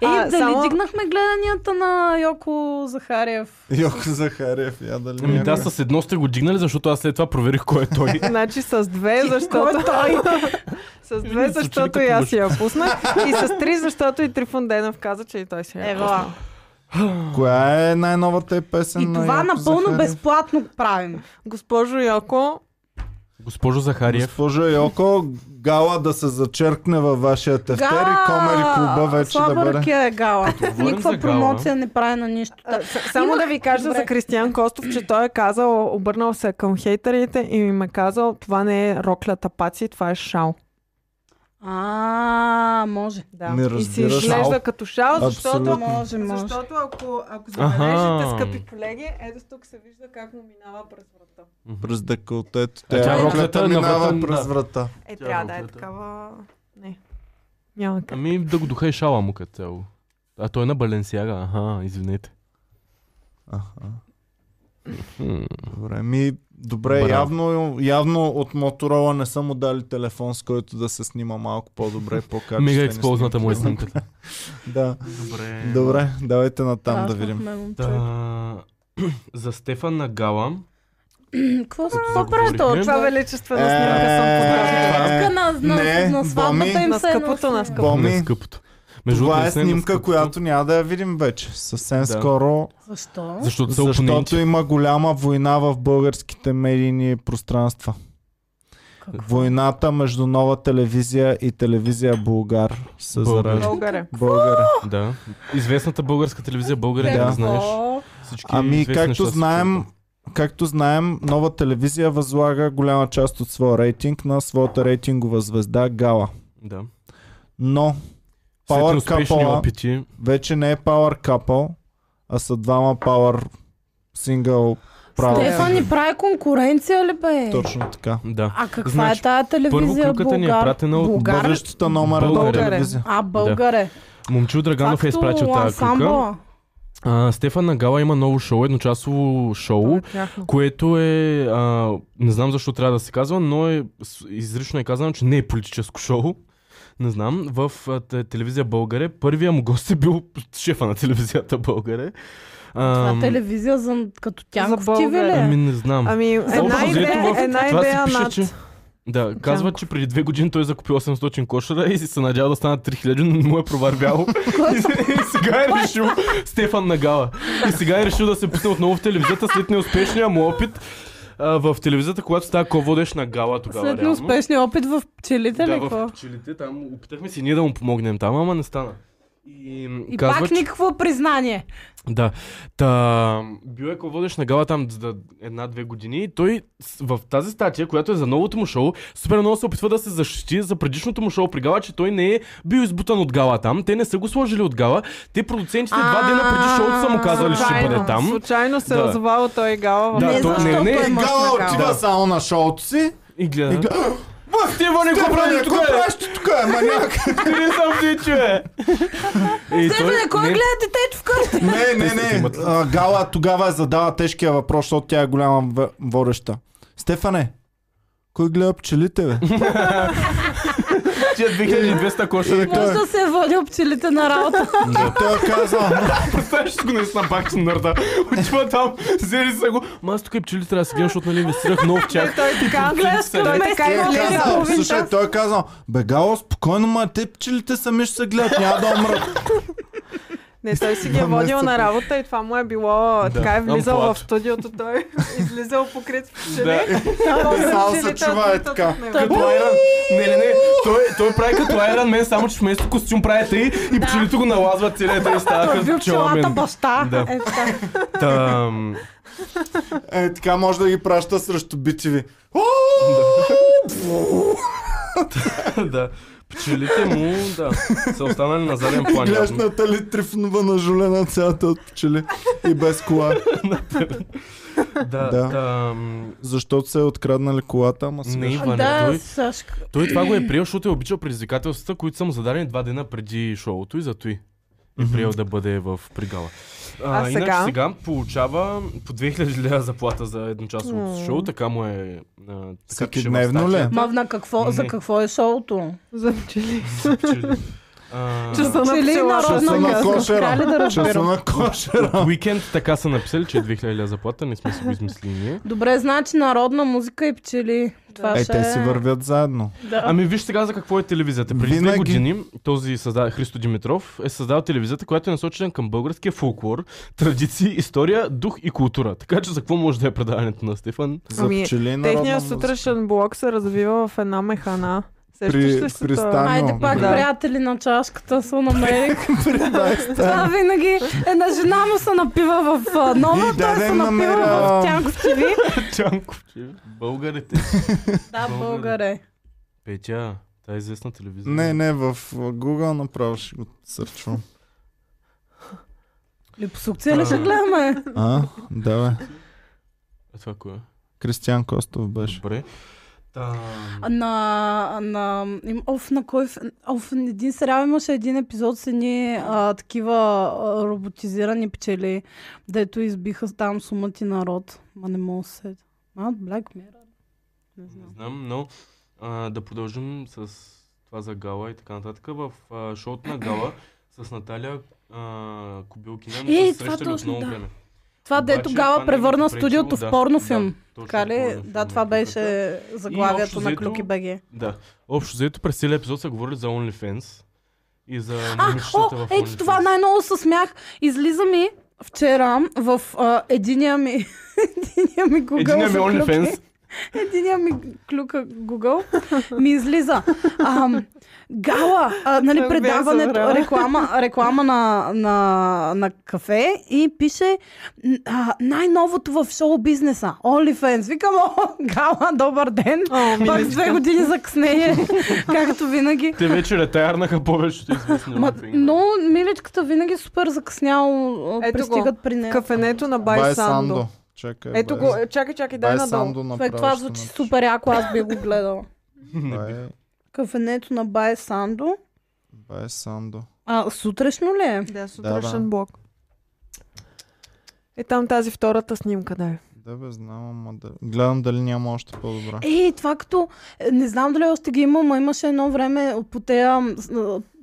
Е, А, дали само- дигнахме гледанията на Йоко Захариев? Йоко Захариев, я дали Ами не да, е. с едно сте го дигнали, защото аз след това проверих кой е той. Значи с две, защото... с две, Звучи защото като и аз мъж. си я пуснах. И с три, защото и Трифон Денов каза, че и той си я Ева. пусна. Коя е най-новата е песен И на това Йоко напълно Захариев? безплатно правим. Госпожо Йоко, Госпожо Захариев. Госпожа Йоко, гала да се зачеркне във вашия тефтер и Комери клуба вече да Слаба бъде. ракия е гала. говорим Никаква за гала- промоция не прави на нищо. а, с- само да ви кажа Добре. за Кристиян Костов, че той е казал, обърнал се към хейтерите и им е казал, това не е рокля тапаци, това е шал. А, може. Да. Не и си разбира изглежда шал. като шал, Абсолютно. защото Може, може. Защото ако, ако Аха. забележите, скъпи колеги, ето тук се вижда как му минава през врата. През деколтето. А тя е Тя роклята роклята на минава врата, през да. врата. Е, Тя трябва да е работата. такава... Не. Няма как. Ами да го духа и шала му като цяло. А той е на Баленсиага. Аха, извинете. Аха. М. Добре, ми, добре Браво. явно, явно от Моторола не са му дали телефон, с който да се снима малко по-добре, по-качествено. Мега експозната му е снимката. Да, Добре. Е, добре, давайте натам да видим. Трашнахме момчето. Да. За Стефан на Гала. Какво за Като какво прави заговорихме- този Това човек? величествена снимка съм подготвила. Е, Тук на, не, на, на сватбата Боми. им На се е скъпото, на носила. скъпото. Боми. На скъпото. Това другото, е не се на снимка, скъпото, която няма да я видим вече. Съвсем Да. скоро, Защо? Защото са опоненти. защото има голяма война в българските медийни пространства. Какво? Войната между нова телевизия и телевизия Българ се Българ. заражда. Българе. Българ. Да. Известната българска телевизия България, Е, Да. да. Какво? знаеш. Всички Ами, известни както неща се знаем, случват. както знаем, нова телевизия възлага голяма част от своя рейтинг на своята рейтингова звезда Гала. Да. Но След Power успешни couple-а. опити. вече не е Power Couple, а са двама Power Single право. Стефан ни прави конкуренция ли бе? Е, Точно така. Да. А каква Значи, е тая Първо телевизия? клюката ни е Българ? пратена от Българ? българ. Бъдещата номер едно е. Българин. телевизия. А, българе. Момчил Драганов е Както изпратил тази клюка. ансамбъла. А, Стефан Нагала има ново шоу, едночасово шоу. Тяхно. което е, а, не знам защо трябва да се казва, но е, с- изрично е казано, че не е политическо шоу. Не знам. В а, те- телевизия Българе първия му гост е бил шефа на телевизията Българе. Това е Ам, телевизия за, като Тянков за ТВ ли? България. Ами е? не знам. Ами, една Общо взето идея, в- една това се идея пише, над... че- Да, казва, че преди две години той закупи 800 кошера и се надява да станат 3000, но не му е провървяло. и, се- и сега е решил Стефан Нагала. И сега е решил да се пусне отново в телевизията след неуспешния му опит а, в телевизията, когато става ководеш на гала тогава. След реално. неуспешния опит в пчелите ли? Да, какво? в пчелите там опитахме си ние да му помогнем там, ама не стана. И, м, И казва, пак че- никакво признание. да. Та, бил е водещ на гала там за една-две години. и Той с- в тази статия, която е за новото му шоу, супер много се опитва да се защити за предишното му шоу при гала, че той не е бил избутан от гала там. Те не са го сложили от гала. Те продуцентите два дена преди шоуто са му казали, че ще Случайно, бъде там. Случайно се Да. е озвал той гала в Да, не, то- защото не, не, е И мъж Гала на отива гала. само на шоуто си. И И гледа. гледа. Ва, Стефан, не го Стефане, Е, прави тук, какво е! правиш ти тук, е, маняк? Не съм ти, че е! И той- Стефане, кой не, гледа детето в къщи? Не, не, Те си не. имат. А, Гала тогава е задава тежкия въпрос, защото тя е голяма в- водеща. Стефане, кой гледа пчелите, бе? Тия 2200 кошера. Той- Може да се е водил пчелите на работа. И Той е казва, Представяш си го наистина пак ти нърда. Отива там, взели са го. Ма аз тук и пчели трябва да седим, защото нали инвестирах много в тях. Той така Гледаш към Той мен, така Той е излезе гледа казал, половин слушай, час. той е казал, бе Гало, спокойно, ма те пчелите сами ще се гледат, няма да умрат. Не, той си ги е Два водил месеца. на работа и това му е било... Така е Там влизал плат. в студиото, той е излизал покрит в пчели. Да, е, После Само се пчелите чува, е отлитат така. от него. като Айран. Не, не, не. Той, той прави като Айран Мен, само че вместо костюм прави тъй и пчелите го налазват целият и става Той е бил като пчеламен. пчелата баща. Да. Е, така. Там... Е, така може да ги праща срещу BTV. О, Да. Пчелите му, да, са останали на заден план. Гледаш явно. Натали Трифнова на жулена цялата от пчели и без кола. Да, Да. да. Защото се е откраднали колата, ама сега. Не, ще- Иване, Да, той- Сашка. Той това го е приел, защото е обичал предизвикателствата, които са му зададени два дена преди шоуто и зато и е приел да бъде в пригала. А, А Иначе сега? сега получава по 2000 лева заплата за едночасовото М. шоу, така му е... А, така пише в Всекидневно ли? статията. Ма на какво, за Не. какво е шоуто? За пчели. А, Часа на Пчели и пчелата. Часа народна на музика. кошера. Трябва ли да Часа разбирам? на кошера. Уикенд така са написали, че е 2000 лева заплата, не сме си го измислили ние. Добре, значи народна музика и пчели. Това Е, ще те си вървят заедно. Да. Ами виж сега за какво е телевизията. Преди две Винаги- години този създа... Христо Димитров е създал телевизията, която е насочена към българския фолклор, традиции, история, дух и култура. Така че за какво може да е предаването на Стефан? За Ами, пчели и народна Техният музика. сутрешен блок се развива в една механа. Сещаш При, ли се при това? Айде Станю. пак, Да. приятели на чашката, се намерих. Дай, Това винаги една жена му се напива в а, нова, И да, той да се им напива намеря- в Тянков ТВ. Чанков, че българите. Да, българе. Петя, тази известна телевизия. Не, не, в Google направо ще го сърчвам. Липосукция ли ще гледаме? А, да бе. А това кое? е? Кристиян Костов беше. Добре. Там... А, На, на, им, оф, на кой, ф- оф, един сериал имаше един епизод с едни а, такива а, роботизирани пчели, дето избиха там сумати народ. Ма не мога да се сетя. А, Black Mirror? Не Не знам. знам, но а, да продължим с това за Гала и така нататък. В а, шоуто на Гала с Наталия а, Кубилкина не Е, са се това срещали от точно, много да. време. Това Обаче, дето това Гала не превърна ги пречело, студиото да, в порнофилм. да, точно Така ли? порнофилм Да, е това клюката. беше общо заглавието на взето- Клюки БГ. Да. Общо взето през целия епизод са говорили за OnlyFans и за А, о, момичетата в ето OnlyFans. това най-много се смях. Излиза ми вчера в а, единия ми единия ми Google Единия ми за клюки. OnlyFans Единия ми клюка Google ми излиза. Ам, гала, а, нали, Как бях предаването, забрала. реклама, реклама на, на, на кафе и пише н- а, най-новото в шоу бизнеса. OnlyFans. Викам, о, гала, добър ден. О, Пак с миличка. две години закъснение, както винаги. Те вече ретайрнаха повечето известни. Ма, лапинга. но миличката винаги супер закъсняло а, Ето го. пристигат при нея. Кафенето на Бай Бай Сандо. Сандо. Чакай, Ето Бай- го, е, чакай, чакай, дай Бай надолу. Сандо направи. Човек, това звучи супер яко, аз би го гледала. Бай, Кафенето на Бай Сандо. Бай Сандо. А, сутрешно ли е? Да, сутрешен да. блок. И там тази втората снимка, е. дай. Да бе, знам, ама да... Гледам дали няма още по-добра. Е, това като... е, Не знам дали още ги има, но имаше едно време по тея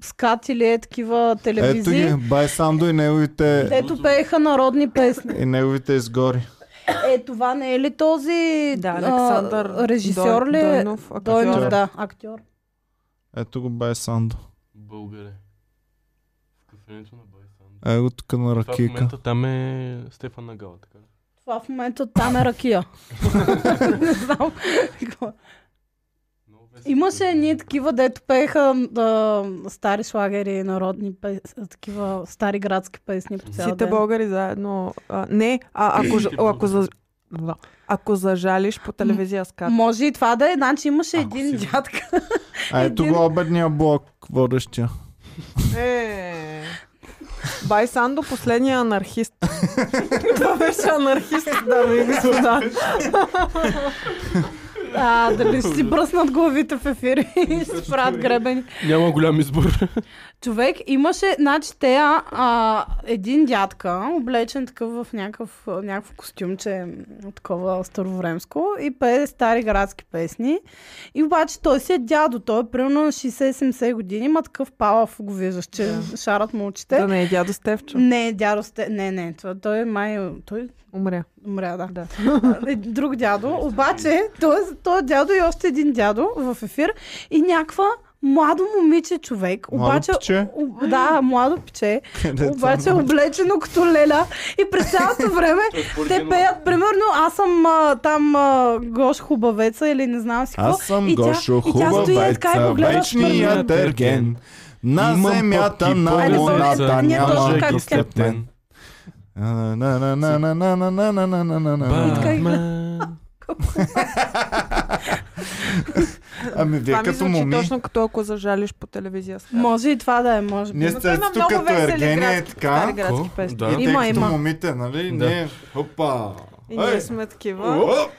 скат или е такива Ето телевизии. ги, Бай Сандо и неговите, Дето пееха народни песни. и неговите изгори. Е, това не е ли този Да, а, Александър режисьор Дой- ли? е? Дойнов, актьор. Дойнов, да, актьор. Ето го Бай Сандо. Българе. В кафенето на Байсан. Е го тук на Това в ракика. момента там е Стефан Нагала, така. ли? Това в момента там е ракия. не знам. какво. Много весело. Имаше едни такива, дето пееха да, стари слагери, народни песни, такива стари градски песни по цял Сите ден. българи заедно. А, не, а ако, ж- о, ако, за, ако зажалиш по телевизия скат. Може и това да е, значи имаше Ако един си- дядка. А ето Е, един- го обедния блок, водещия. Е. Бай Сандо, последния анархист. Това беше анархист, дами и господа. А, дали ще си бръснат главите в ефир и ще си правят гребени. Няма голям избор. Човек имаше, значи те, а, а, един дядка, облечен такъв в някакъв, някакво костюмче, м, такова старовремско, и пее стари градски песни. И обаче той си е дядо, той е примерно на 60-70 години, има такъв палав, го виждаш, че Да. шарат му очите. Да не е дядо Стевчо. Не, дядо сте... Не, не, това, той е май... Той Умря. умря, да. Да. Е, Друг дядо. Обаче, той, той дядо и още един дядо в ефир и някаква младо момиче човек. Младо Обаче, пче. О, да, младо пче. Къде е обаче това? облечено като леля. И през цялото време те пеят, примерно, аз съм а, там а, Гош Хубавеца или не знам си какво. Аз съм и тя- Гошо и тя стои е така и Хубавеца, го гледа вечния свързано. терген. На Имам земята, пък и на Айде, по-голям луната, сън. ние точно няма как като сте. теб мен. Е, На, на, на, на, на, на, на, на, на, на, на, на, на. Така и Батман. Ами вие Това ми като звучи моми, точно като ако зажалиш по телевизия скат. Може и това да е, може би. ние Но сте той има тук много като весели Ергения и градски- така. Стари градски Ко? песни. Да. И те Има, като има. момите, нали? Да. Ние, хопа. И Ей, ние сме такива. оп,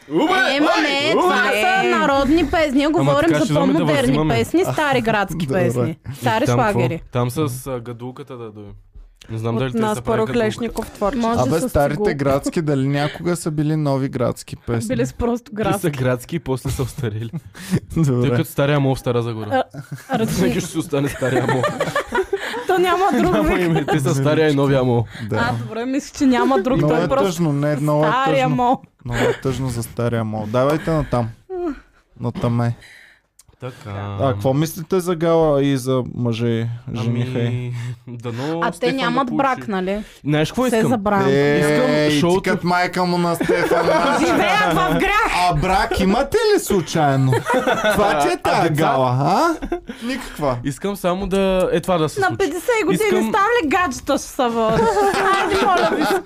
Е, Ема не, това Е. са народни песни. Ние говорим така за ще вземе да по-модерни възимаме. песни, стари градски Добре. песни, стари И там какво? шлагери. Там с а, гадулката да дойде. Не знам дали От те са нас правили гадулката. пароклешников творчество. Може Абе, с старите цигулка. градски, дали някога са били нови градски песни? Били с просто Те са градски. градски и после са остарели. Тъй Добре. като стария мол в Стара Загора. Всеки Ръчни. ще си остане стария мол. То няма друг Няма вик. име, те са стария и новия мол. А, Да. добре, мисля, че няма друг. Много Той е просто тъжно, не, много е стария тъжно. мол. Много е тъжно за стария мол. Давайте натам. Натаме. Така. А, какво мислите за Гала и за мъже, жениха и? Ами, дано А те Стефан да нямат получи. брак, нали? Знаеш какво Се искам? забравя. Искам Е, и ти шоуто- като майка му на Стефан. Мач. Живеят в грях! А брак имате ли случайно? Това ти е тая деца? гала, а? Никаква. Искам само да... Е това да се На случи. 50 години Искам- става ли гаджета ще са водят? Айде, моля ви. се.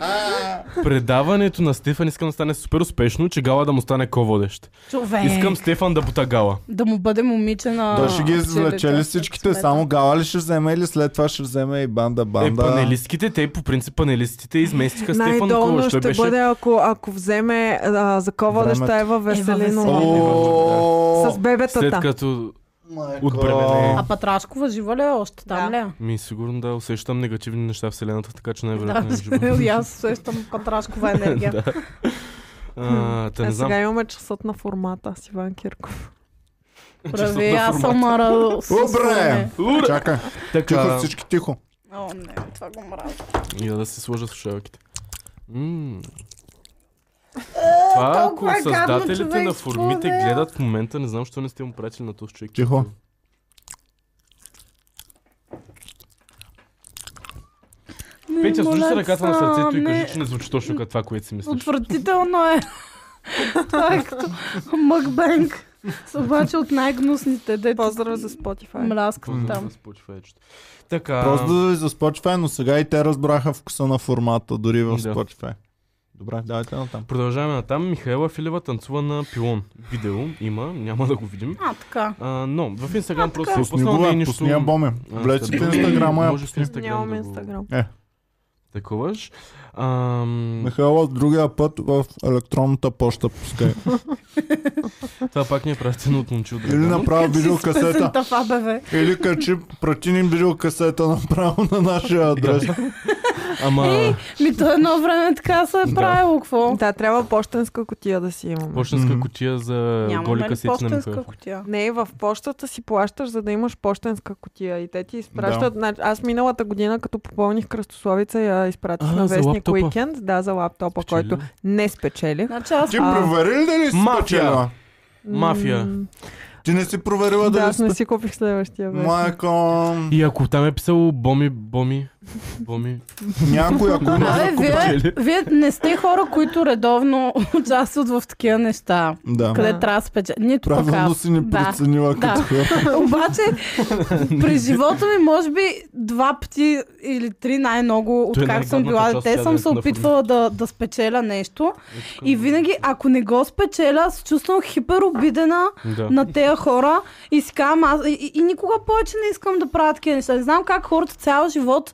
Предаването на Стефан искам да стане супер успешно, че Гала да му стане ко-водещ. Човек. Искам Стефан да бута Гала. Да му бъде момиче на... Да, ще ги извлече пчелите. ли всичките? Смета. Само гала ли ще вземе или след това ще вземе и банда Е, банда? панелистките, те по принцип панелистите изместиха Стефан Най-долно Кова. Той ще беше... бъде, ако, ако вземе а, за ководеща Времето. Ева Веселинова. Веселинова. О, С бебетата. След като... майко. отбремене. А Патрашкова жива ли е още там Да. ли? е? Ми, сигурно да, усещам негативни неща в Вселената, така че най-вероятно е Да, жива. и аз усещам патрашкова енергия. Да. А, Та Е, не знам. сега имаме часът на формата с Иван Кирков. Прави, Чувствам аз съм мара. Добре! Ура! Чакай, тихо Така, всички, тихо. О, не, това го мразя. я да си сложа слушалките. М. Това, ако Е, толкова е гадно, създателите човек, на формите човек. гледат в момента, не знам, защо не сте му пратили на този човек. Тихо. Не, Петя, служи моля, се ръката на сърцето и не. кажи, че не звучи точно като това, което си мислиш. Отвратително е. Това е като мъкбенг. С Обаче от най-гнусните дете. Поздрав за Spotify. Мляскат там. Spotify-чето. е Така. Просто да за Spotify, но сега и те разбраха вкуса на формата, дори в Да. Spotify. Добре, давайте натам. Продължаваме натам. Михаела Филева танцува на пилон. Видео има, няма да го видим. А, така. А, но в Инстаграм просто е Пусни пуснал го, не е бе, нищо. пусни я боме. А, Влезте в да. Инстаграма я. Може в Инстаграм Нямам да го Инстаграм. таковаш. Ам, Михайла, другия път в електронната поща пускай. това пак ни е пратено от момче от Или Драгоново. направо Качи с видеокасета. песента в АБВ. Или качи пратиним видеокасета направо на нашия адрес. Ама Ми то едно време така се е Да. правило, какво? Да, трябва почтенска котия да си имаме. почтенска Мгм. кутия за голи Нямаме ли касети на Михаела. почтенска кутия? Не, в почтата си плащаш, за да имаш почтенска котия и те ти изпращат. Да. Аз миналата година, като попълних кръстословица, я изпратих А, на за Вестник лаптопа. Уикенд, да, за лаптопа, Спечели. който не спечелих. Значи аз Ти А. провери ли дали си Мафия. спечелила? Мафия. М, Ти не си проверила Да, дали аз си не си купих следващия вестник. Майко, И ако там е писало боми, боми, боми. някой ако не... Абе, вие, вие не сте хора, които редовно участват в такива неща. Да, Къде Да. трябва да спече. Нито пък правилно аз. си ни Да. преценила Да. като хора. Обаче, през живота ми, може би, два пъти или три най-много, Той е откак съм най-гадната била част, дете, тя съм да се е на опитвала да, да спечеля нещо. И винаги, ако не го спечеля, се чувствам хиперобидена Да. на тези хора и си казвам, аз, и, и, и никога повече не искам да правя такива неща. Не знам как хората цял живот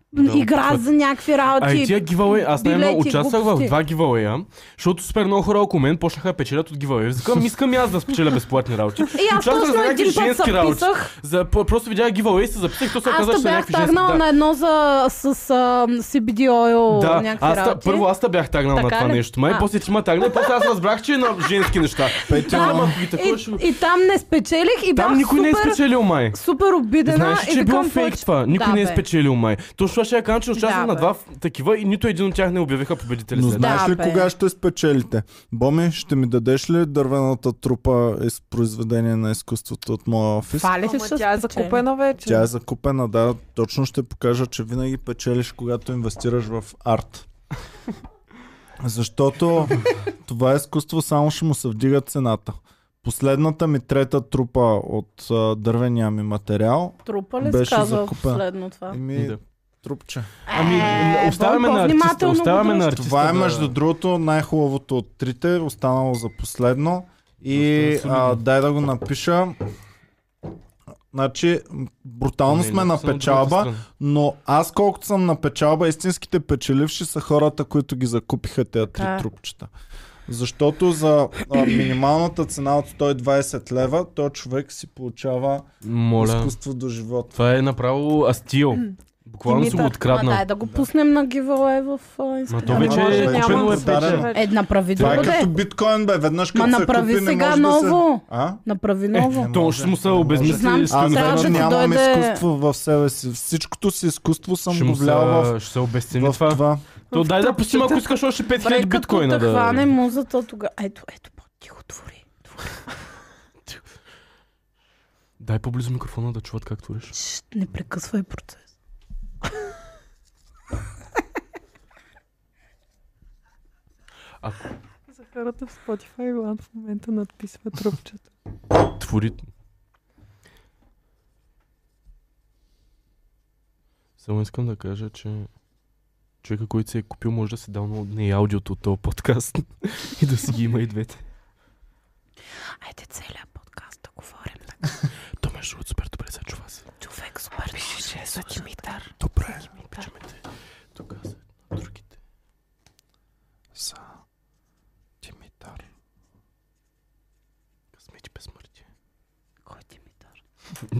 м, Да, играят опитват. за някакви работи. А и тия гивалей, аз най-много билети, участвах в глупости. два гивалея, защото супер много хора около мен почнаха да печелят от гивалея. Закъм, искам и аз да спечеля безплатни работи. И аз Участвах точно за някакви един път женски се работи. писах. За, по- просто видях гивалей и се записах, то се Аз оказа, те че са бях някакви женски. тагнала на Да, едно за, с, с а, CBD oil да някакви аз, та- работи. първо аз те бях тагнал на Така това ли? нещо. Май А. после ти ма тагна, и после аз разбрах, че е на женски неща. Петя, Ама, ви такова ще- и, и там не спечелих и Там бях никой не е супер, спечелил май. супер обидена. Знаеш, ли, и че е бил викам, фейк повече- това. Никой да, не е бе. спечелил май. Точно това ще я кажа, че участвах Да, на бе. два такива и нито един от тях не обявиха победители. Но след това. знаеш ли бе. кога ще спечелите? Боми, ще ми дадеш ли дървената трупа из произведение на изкуството от моя офис? Това ли ще Ама се тя е спечели? закупена вече. Тя е закупена, да. Точно ще покажа, че винаги печелиш, когато инвестираш в арт. Защото това изкуство само ще му се вдига цената. Последната ми трета трупа от а, дървения ми материал. Трупа ли Беше се казва закупен. последно това? Еми, Да. трупче. Ами, Е, оставяме Бой, на артиста, по-внимателно го оставяме на дръж. артиста. Това е да- между другото най-хубавото от трите, останало за последно. И Доста солидно. а, дай да го напиша. Значи, м, брутално Не, сме на Ами, написано от другата печалба, страна. но аз колкото съм на печалба, истинските печеливши са хората, които ги закупиха тези три Така е. трупчета. Защото за а, минималната цена от 120 лева, то човек си получава Моля. изкуство до живота. Това е направо астил. Буквално си го Димитър, Ма открадна. дай Ами, да го пуснем на giveaway в а, Instagram. то вече Ама, е вече купено, е няма е продадено. вече. Е, направи Това е друго, като де. биткоин, бе. Веднъж Ма като се направи купи, не сега може Да се... ново. А? Е, Направи ново. Не То може, ще му се не може. обезмисли Знам, Аз Трябва вече да ти нямам дойде- изкуство в себе си. Всичкото си изкуство съм Ще го му влял в, се, ще се обесцени в това. това. То дай да пустим, ако искаш още 5000 Фрейкът биткоина да хване да... музата тогава. Ето, ето, по-тихо твори. Дай по-близо микрофона да чуват как твориш. Шш, не прекъсвай процес. За хората в Spotify One в момента надписва трупчета. Твори... Само искам да кажа, че човека, който се е купил, може да се даунлоудне и аудиото от този подкаст и да си ги има и двете. Айде целият подкаст да говорим така. То между другото супер добре се чува се. Човек супер. Пиши, че е за Димитър. Добре, обичаме те. Тук са другите. Са Димитър. Късмети без смърти. Кой е Димитър?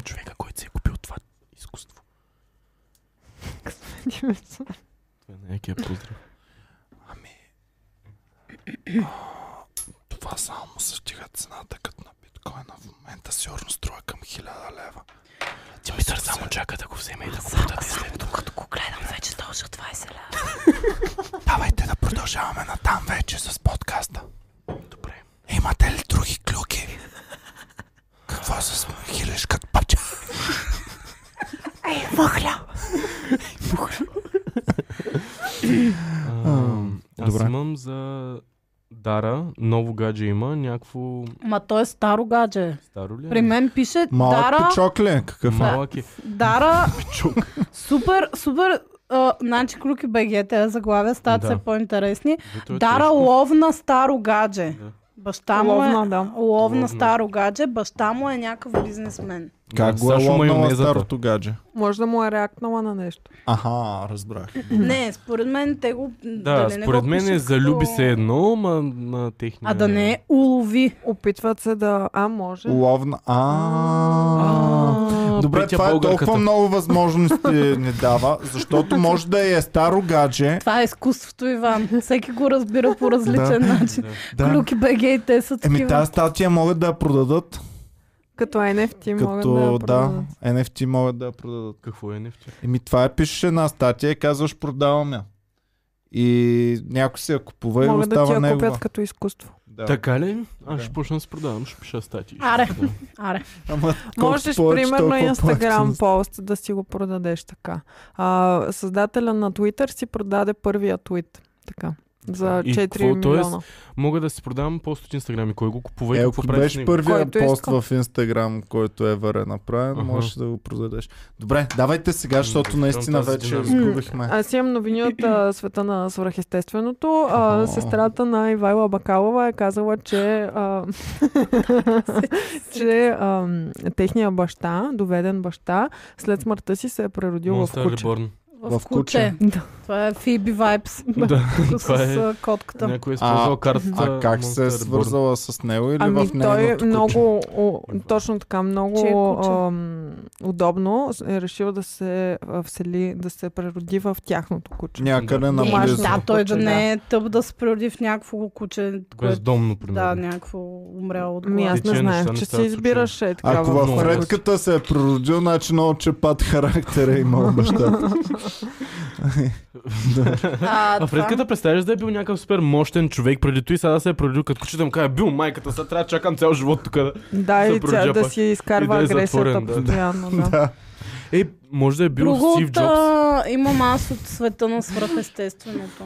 Човека, който си е купил това изкуство. Това е някакия поздрав. Ами, Това само му се вдига цената като на биткоина. В момента сигурно струва към 1000 лева. Димитър само чака да го вземе и да го Само, продаде само, след. докато го гледам, вече дължа 20 лева. Давайте да продължаваме натам вече с подкаста. Добре. Имате ли други клюки? Какво се смахилиш като пача? Ей, мъхля! Ам, Аз Добре. имам за Дара, ново гадже има, някакво Ма то е старо гадже. старо ли? е? При мен пише Малък Дара. пичок ли е? Какъв е? Малък е. Дара, Пичок. супер, супер. а, Значи Клюки БГ, те заглавя, стават Да. все по-интересни. Ето е Дара тежко. Ловна Старо гадже. Да. Баща му е... Ловна, да. Ловна Ловна. Старо гадже, баща му е някакъв бизнесмен. Как го е Сашо ломнала майонезата. старото гадже? Може да му е реакнала на нещо. Аха, разбрах. Не, според мен те го... Да, дали не според го мен пишат е залюби като- се едно, ма на техния... А да не е улови. Опитват се да... А, може. Ловна... А. А, Добре, Петя това е българката. толкова много възможности ни дава, защото може да е старо гадже. Това е изкуството, Иван. Всеки го разбира по различен начин. Да. Да. Клюки БГ и те са Еми такива. тази статия могат да я продадат, Като NFT могат да като я да, продадат. NFT могат да я продадат. Какво е нефти? Еми това е пишеш една статия и казваш продавам я. И някой се я купува и Могат да ти остава я негова. купят като изкуство. Да. Така ли? Аз Да. ще почна да се продавам, ще пиша статии. Аре. Ще- Аре. Ама, Можеш, примерно, Instagram пост да си го продадеш така. А, създателя на Twitter си продаде първия твит. Така. За И 4 какво, тоест, милиона. Мога да си продавам пост от Инстаграм и кой го купува и Е, какво ако прави с беше него. първия Който пост иска. в Инстаграм, който Евър е направен, Аха. Ами, можеш да го продадеш. Добре, давайте сега, защото М, наистина тази вече динамика. изгубихме. Аз имам новини от а, света на свръхестественото. А, О. сестрата на Ивайла Бакалова е казала, че, а, че а, техния баща, доведен баща, след смъртта си се е преродил в Монстър куче. Реборн. В, В куче. куче. Да. Това е Фиби Вайпс. Да, с това е. а, котката. Някой е използвал А, картата. А как се е Monster Reborn. свързала с него или Ами е в той нейното куче? много, о, точно така, Че е много куче. ам, удобно е решил да се а, всели, да се прероди в тяхното куче. Някъде Да. на Е, Домашно. близо. да, той да куче, не е тъп да се природи в някакво куче, което Бездомно, да, примерно. някакво умряло от Ми глад. Ами аз Тече не знаех, че неща, не си стават избираш е такава. Ако в Много първа. ред- редката се е прородил, значи много чепат характера е имал бащата. А, А в редката представяш да е бил някакъв супер мощен човек преди той, сега да се е прородил като куче да му каже, бил майката, сега трябва да чакам цял живот тук. да-" е Да, се и тя прорежа да пак. си изкарва И да е агресията затворен, да. постоянно. Да. Да. Е, може да е бил Друго Стив от, Джобс. а, имам аз от света на свръхестественото.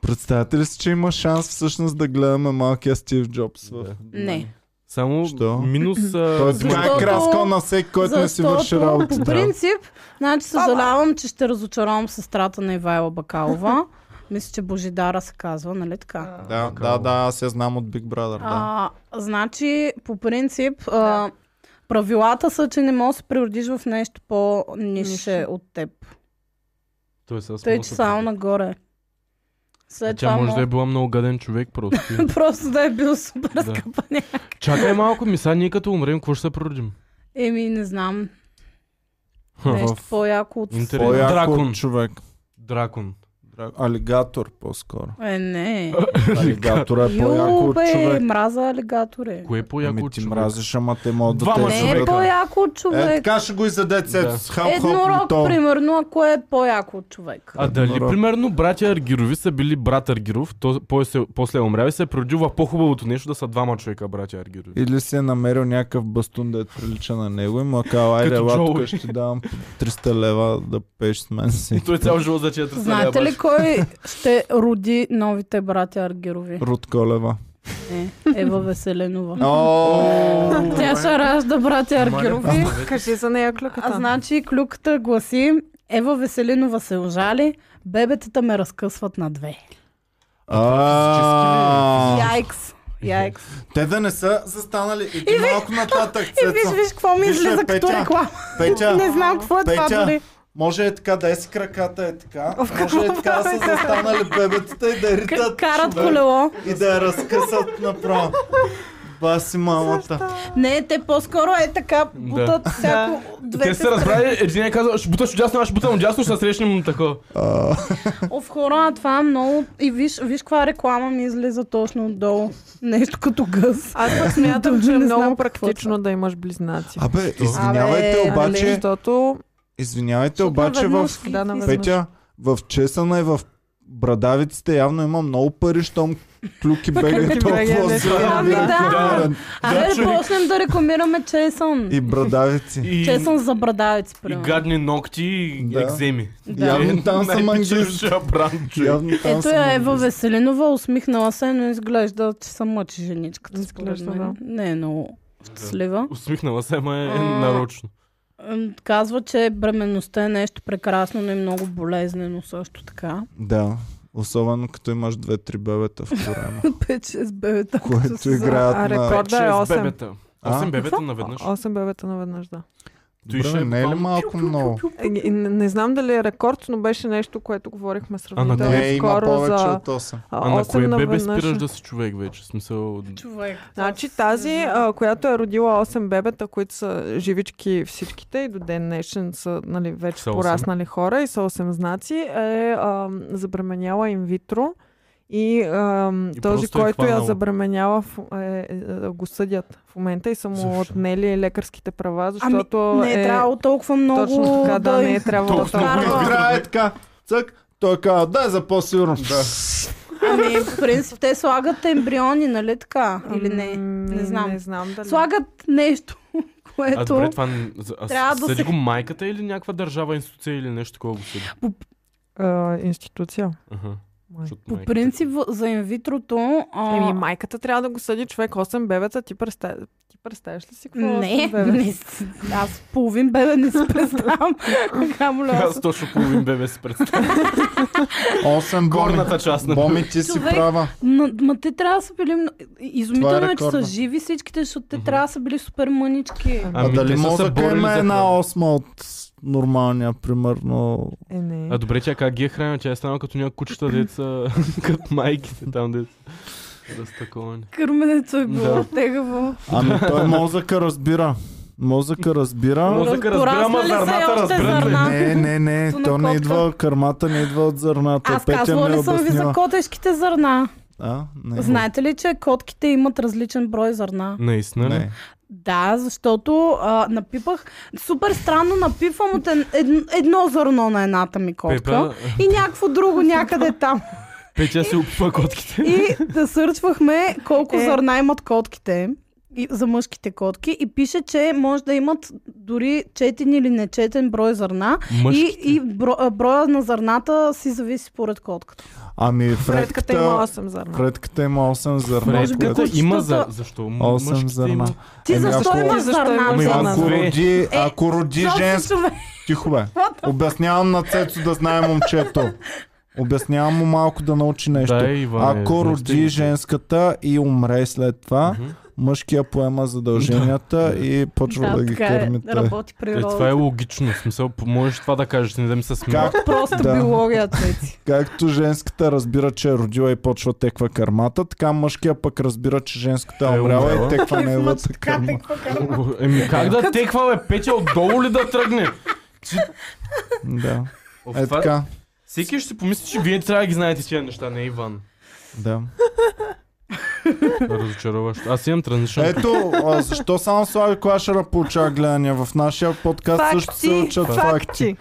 Представете ли си, че има шанс всъщност да гледаме малкия Стив Джобс в Да. Не. Само Що? минус... а, Той сега е Защото- краскал на всеки, който не си върши Защото, По работата. принцип, значи съжалявам, че ще разочаровам сестрата на Ивайла Бакалова. Мисля, че Божидара се казва, нали така? Да, да, да, аз я знам от Big Brother, да. А, значи, по принцип, а, правилата са, че не можеш да се природиш в нещо по-нише Нише. от теб. Той е сега с Тъй, че носа само прави. нагоре. След Тя това може мож- да е била много гаден човек просто. Просто да е бил супер Да. скъпаня. Чакай малко, ми сега ние като умрем, какво ще се прородим? Еми, не знам. Ха, Нещо в- по-яко от... Интересно. По-яко Дракон. от човек. Дракон. Дра- Алигатор по-скоро. Е, не. Алигатора е по-яко Ю, от бе, човек. мраза алигатори. Кое е по-яко Ами от ти човек? мразиш, ама те могат да те Двама Не е изядат. човека. по-яко от Е, човек. така ще го изяде Да. Цецо с Еднорог, хап-хоп и примерно, ако е по-яко от човек. А дали, Добро. примерно, братя Аргирови са били брат Аргиров, то после, после е умрял и се е природил в по-хубавото нещо да са двама човека, братя Аргирови. Или си е намерил някакъв бастун, да е прилича на него и му е казал, айде, Като ела, Джоуи. тук ще ти давам по 300 лева да пееш с мен И си. той цял живот за 4 Знаете ли кой ще роди новите братя Аргирови? Руд Колева. Е, Ева Веселенова. О, Тя ще ражда братя Аргирови. Кажи за нея А клюката. значи клюката гласи Ева Веселинова се ожали, бебетата ме разкъсват на две. А. Яйкс. Яйкс. Те да не са застанали и ти малко нататък, И виж, Е, Цецо. виж какво ми Виж, излиза бе, като Петя. реклама. Не Петя, знам какво е това Петя. дори. може е така, дай си краката е така. Може е така, да са застанали бебетата и да я К- ритат Карат човек, колело. И да я разкъсат направо. Баси мамата. Не, те по-скоро е така бутат всяко двете Те са се разбрали, един е казал, ще буташ отдясно, аз ще бутам отдясно, ще се срещнем такова. Оф хора, това е много... И виж, виж каква реклама ми излиза точно отдолу. Нещо като гъс. Аз пък смятам, че е Не знам много какво практично да имаш близнаци. Абе, Абе, извинявайте Нали, обаче, защото извинявайте обаче в да, наведнъж. Петя, в чесана и в брадавиците явно има много пари, щом клюки бега Клюки Бега е толкова нещо. зелен. Ами да. Абе, Да, да, човек. почнем да рекламираме Чейсън. Значи- И брадавици. И, Чейсън за брадавици, и примерно. гадни ногти и Да. екземи. Да. Явно там са мангист. Най-пишещия бранд, човек. Явно там Ето са я Ева мангист. Веселинова, усмихнала се, но изглежда, че се мъчи женичката. Според Изглежда, мен. Не е много щастлива. Усмихнала се, ама е А. нарочно. М, Казва, че бременността е нещо прекрасно, но и много болезнено също така. Да. Особено като имаш две-три бебета в корема, 5-6 бебета. които което са- играят а, на... рекорд. Да, е 6 осем. бебета. А? 8 бебета наведнъж. 8 бебета наведнъж, да. Той Добре, ще е не е ли буквално малко много? Е, ги- не, не знам дали е рекорд, но беше нещо, което говорихме сравнително Да, Не, има скоро повече за от 8. А на 8 кое бебе наведнъж. спираш да си човек вече? В Смисъл... Човек. Значи аз тази, не знам. а, която е родила 8 бебета, които са живички всичките и до ден днешен са нали, вече Са осем. пораснали хора и са 8 знаци, е а, забременяла инвитро и, а, И този, просто е който я хванала. забременява, в, е, е, е, го съдят в момента и са му Защо? отнели лекарските права, Ами, защото не е е, трябвало толкова много Ами, точно така, да, не е трябвало Толкова толкова. много И Карма. Играе така, цък, той казва, дай за по-сигурно. Да. Ами, в принцип, те слагат ембриони, нали така? Или не? М, Не знам. Ами, Не знам дали. Слагат нещо, А което... добре, това... н- за- а Трябва да съди се- го майката или някаква държава, институция или нещо такова го съди? А, институция. Аха. Май. защото По майката- принцип, в- за инвитрото... А... Еми, Ами, майката трябва да го съди човек 8 бебета. Ти, представя... ти представяш ли си какво? е не, 8 бебета? не, с- аз половин бебе не си представям. Камо ли аз Аз точно половин бебе си представям. 8 Горната боми. част на... Боми, ти си Човек. права. Ма, ма те трябва да са били... мно- Изумително е, че са рекордно. живи всичките, защото те Мгм. трябва да са били супер мънички. А Ами, дали е те са се мозъка борили има за една храна. осма от нормалния, примерно. Е, не. А добре, тя как ги е хранила? Тя е станала като някои кучета деца, като майките там деца. Да са такова. не. Кърменето е било Да. тегаво. Ами той мозъка разбира. Мозъка разбира. Мозъка разбира, ама Пораснали са зърната още разбира ли? зърна. Не, не, не, Ту на то не котка. идва, кърмата не идва от зърната. Аз Петя казвала ми ли съм ви за обяснява. котешките зърна? А, не. Знаете ли, че котките имат различен брой зърна? Наистина ли? Не. Да, защото а, напипах... Супер странно напивам от ед, ед, едно зърно на едната ми котка. Пепа, И някакво друго някъде там. Петя се опипа котките. И да сърчвахме колко Е. зърна имат котките. И за мъжките котки и пише, че може да имат дори четен или нечетен брой зърна и, Мъжките. и бро, а, броя на зърната си зависи според котката. Ами Предката има фредката, 8 зърна. фредката има 8 зърна. Може би което- Фредката има за... кучетата- Защо? М- Осем мъжките зърна. има- Ти Еми, защо ако- имаш Защо имаш Ами Ами, зърна? ако зърна? ако- Е, роди, ако роди Защо си женско... човек? Тихо бе. Обяснявам на Цецо да знае момчето. Обяснявам му малко да научи нещо. Да, е, Иване, Ако вместе роди им. женската и умре след това, Мгм. мъжкия поема задълженията Да. и почва да, Да, ги така е, кърми. той. работи Е, това е природа. логично. В смисъл, п- можеш това да кажеш, не да ми се смея. Как, Просто Да. биология, цеци. както женската разбира, че е родила и почва теква кърмата, така мъжкия пък разбира, че женската Е, е умряла умряла. и теква Той неговата смачка, кърма. теква кърма. Еми как Е, да теква, бе? Петя отдолу ли да тръгне? Да. О, Е това- така. Всеки ще си помисли, че вие трябва да ги знаете тия неща, не Иван. Да. Разочароващо. Аз имам транзишън. Ето, а, защо само Слави Клашера получава гледания? В нашия подкаст също се учат факти. факти.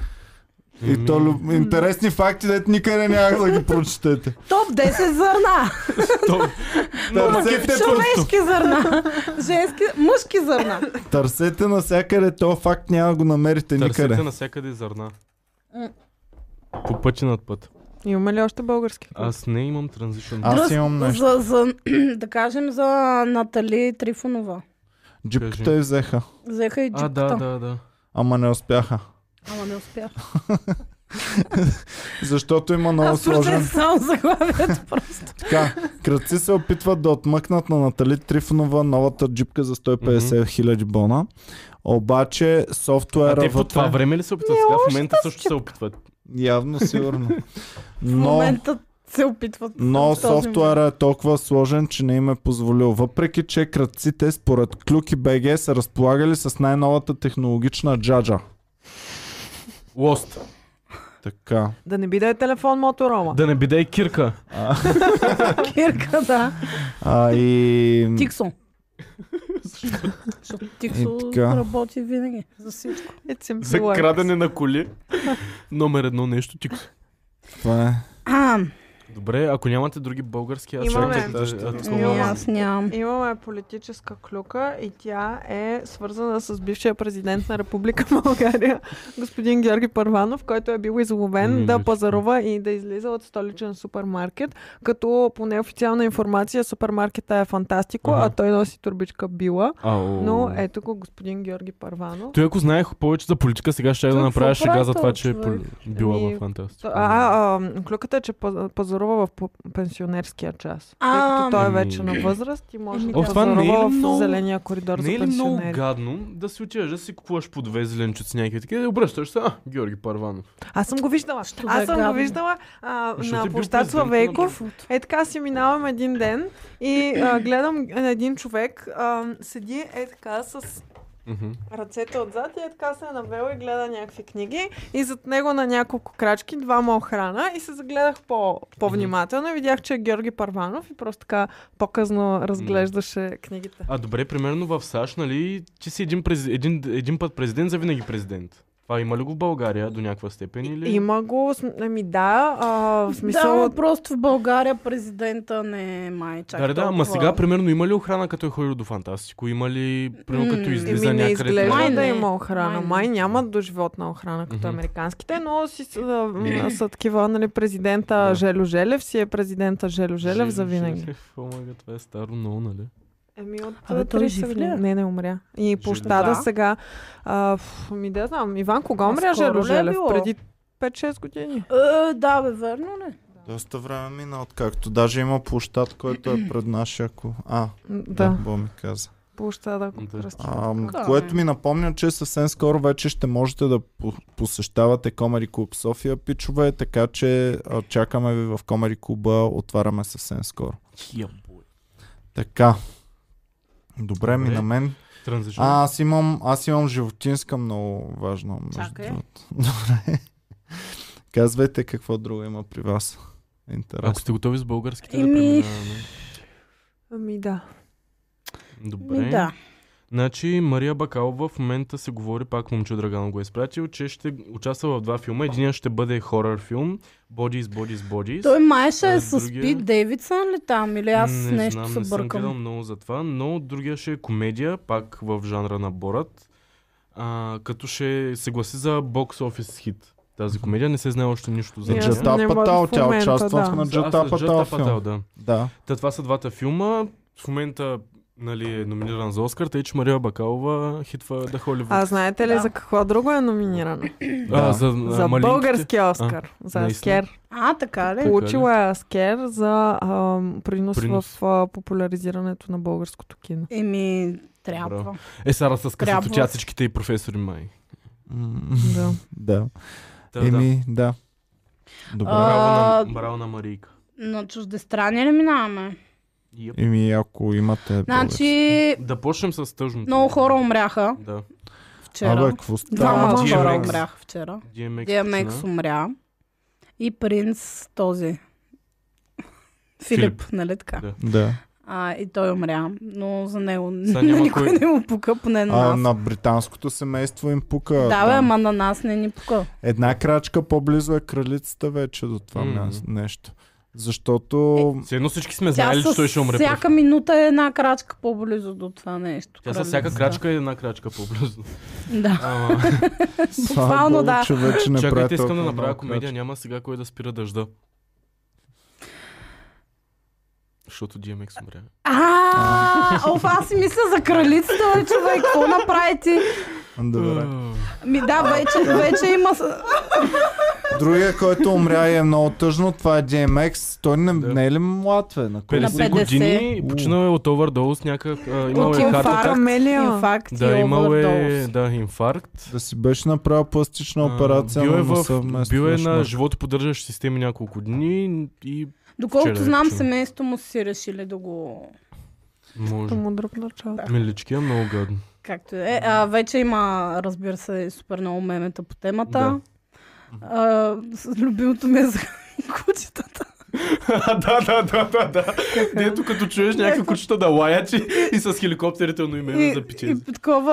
И Ами, то, лю- интересни факти, дете никъде няма да ги прочетете. Топ 10 зърна! е Търсете, просто, Човешки зърна! Женски, мъжки зърна! търсете навсякъде, то факт няма да го Е, намерите никъде. Търсете навсякъде зърна. По пъти над път. Имаме ли още български? Аз не имам транзишън. Аз Тръс- имам нещо. За, за, да кажем за Натали Трифонова. Джипката и взеха, Взеха и джипката. А, да, да, да. ама не успяха. Ама не успя. Защото има много Аз прочетах сложен. само заглавието просто. Така, кръци се опитват да отмъкнат на Натали Трифонова новата джипка за 150 хиляди бона. Обаче А софтуера те по това е вътре... време ли се опитват? Сега в момента също се опитват. Явно, сигурно. В Но... момента се опитват. Но в този софтуера е толкова сложен, че не им е позволил. Въпреки, че кръците според Клюки БГ са разполагали с най-новата технологична джаджа. Лост. Така. Да не би да е телефон Моторола. Да не биде и кирка. момент. Кирка, да. А, и... Тиксо. Защото Тиксо И така. Да работи винаги за всичко. It's simple За works. крадене на коли. Номер едно нещо, тикс. Това е. А, Добре, ако нямате други български, аз Имаме. ще да- да- да- Имаме. ми аз нямам. Имаме политическа клюка и тя е свързана с бившия президент на Република България, господин Георги Първанов, който е бил изловен Миличко. да пазарува и да излиза от столичен супермаркет, като по неофициална информация супермаркета е Фантастико, Ага. а той носи турбичка Била. Ау. Но е- ето го господин Георги Първанов. Той ако знаех повече за политика, сега ще я да Той направя какво шега за прави това, този че е човек? пол- била Ами, в фантастика. А, а, а клюката е, че па- пазарува в по- пенсионерския час. А, Тъй като той е ами. вече на възраст и може Еми, да О, това не е ли пазарува много- в зеления коридор за Не е ли много пенсионери. гадно да си отидеш да си купуваш по две зеленчуци някакви такива и обръщаш се, а, Георги Парванов. Аз съм го виждала. Що да е Аз съм гадно? го виждала а, Защото е на бил площад президент на Славейков. Е така си минавам един ден и а, гледам един човек а, седи е така с Мгм. ръцете отзад и е така се е навел и гледа някакви книги и зад него на няколко крачки двама охрана и се загледах по, по-внимателно и видях, че е Георги Парванов и просто така по-късно разглеждаше книгите. А добре, примерно в САЩ, нали, ти си един, през... един, един път президент, за винаги президент. Това има ли го в България до някаква степен или? Има го, см- ами да, а, в Да, смисъл... но просто в България президента не е май чак Да, да, да, ама толкова. сега, примерно, има ли охрана, като е ходил до Фантастико? Има ли, примерно, М, като еми, излиза Еми, не някъде? изглежда Май да не. има охрана. Май не. Май, нямат доживотна охрана, като Мгм. Е. американските, но си, са, м, са такива, нали, президента Желю Желев си е президента Желю Желев за винаги. Омага, това е старо много, нали? Еми от Абе, той 30 жив ли години. е? Не, не умря. И Да. площада сега... А, ф, ми да знам, Иван, кога умря скоро Желю ли е Желев? било? Преди 5-6 години. Е, да, бе, верно ли? Доста време мина, откакто даже има площад, който е пред нашия ко... А, М, да, Да, Бо ми каза. площада го Да. кръсти. Ам, е. Така. което ми напомня, че съвсем скоро вече ще можете да по- посещавате Комери Клуб София, пичове, така че а, чакаме ви в Комери Клуба, отваряме съвсем скоро. Хия бой. Така. Добре, ми Добре. на мен. Транзишън. А, аз имам, аз имам животинска много важна. Между Чакай. другото. Добре. Казвайте какво друго има при вас. Интересно. Ако сте готови с българските, да Еми. преминаваме. Ами да. Добре. Ми, да. Значи Мария Бакалова в момента се говори, пак момче Драган го е изпратил, че ще участва в два филма. Единият ще бъде хорър филм Bodies, Bodies, Bodies. Той май ще А, е с другия? Пит Дейвидсън ли там? Или аз не нещо знам, се не съм гледал бъркам? много за това, но другия ще е комедия, пак в жанра на Борат, а, като ще се гласи за бокс офис хит. Тази комедия не се знае още нищо Е, за Не, За аз Джат нея. Джата не мога Патал, в тя момента, участва да. на Аз с Джат Джата Патал Патал, филм. да. Да. Та това са двата филма. В момента нали, е номиниран за Оскар, тъй че Мария Бакалова хитва да холи А знаете ли Да. за какво друго е номинирано? Да. за, За малинките. българския Оскар. За наистина. Аскер. А, така ли? Получила е Аскер за а, принос, Принос. в а, популяризирането на българското кино. Еми, трябва. Браво. Е, Сара с Трябва. късоточат всичките и професори май. М, Да. Да. Та, да. Еми, да. Добре. Браво, на, А, браво на Марийка. На чуждестранни ли минаваме? Йеп. Еми, ако имате. Значи, Да почнем с тъжното. много хора умряха Да. български. Абе, вчера. какво Двама Да, става? DMX. хора умряха вчера. DMX. DMX почна. умря. И принц този. Филип. Филип, нали така? Да. Да. А, и той умря, но за него Сега няма никой кой. не му пука, поне на А, нас. на британското семейство им пука. е, Да, бе, там. ама на нас не ни пука. Една крачка по-близо е кралицата вече до това Мгм. място, нещо. Защото Все едно всички сме Тя знаели, че той ще умре. всяка първ. минута е една крачка по-близо до това нещо. Тя с кралицата. всяка крачка е една крачка по-близо. Да. Ама, Е, Буквално Слава Богу, да. е че вече не Чакайте, прави искам да толкова направя много комедия. крачки. Няма сега кой да спира дъжда. Защото DMX умря. А, оф, аз си мисля за кралицата, бе, човек, какво направи ти? Добре. Ми да, вече, вече има... с- Другия, който умря и е много тъжно, това е DMX. Той не, Да. не е ли млад, бе? На колко? 50 50. години, починал е от овердоз, някак... а, Имал е От инфаркт. хартата. Камелия. Инфакт Да, и имал е овърдоз. да, инфаркт. Да си беше направил пластична А, операция бил е, на в, носа вместо бил е на шмърк. животоподдържащи системи няколко дни и Доколкото Вчера е знам, починал. семейството му са си решили да го... може. Му дръпна чалата. Милички е много гадно. Както е. А, вече има, разбира се, супер много мемета по темата. Да. А, с- любимото ми е за кучетата. да, да, да, да, да. Дето като чуеш някакви кучета да лаят и, и с хеликоптерите но имена за И, питие. и такова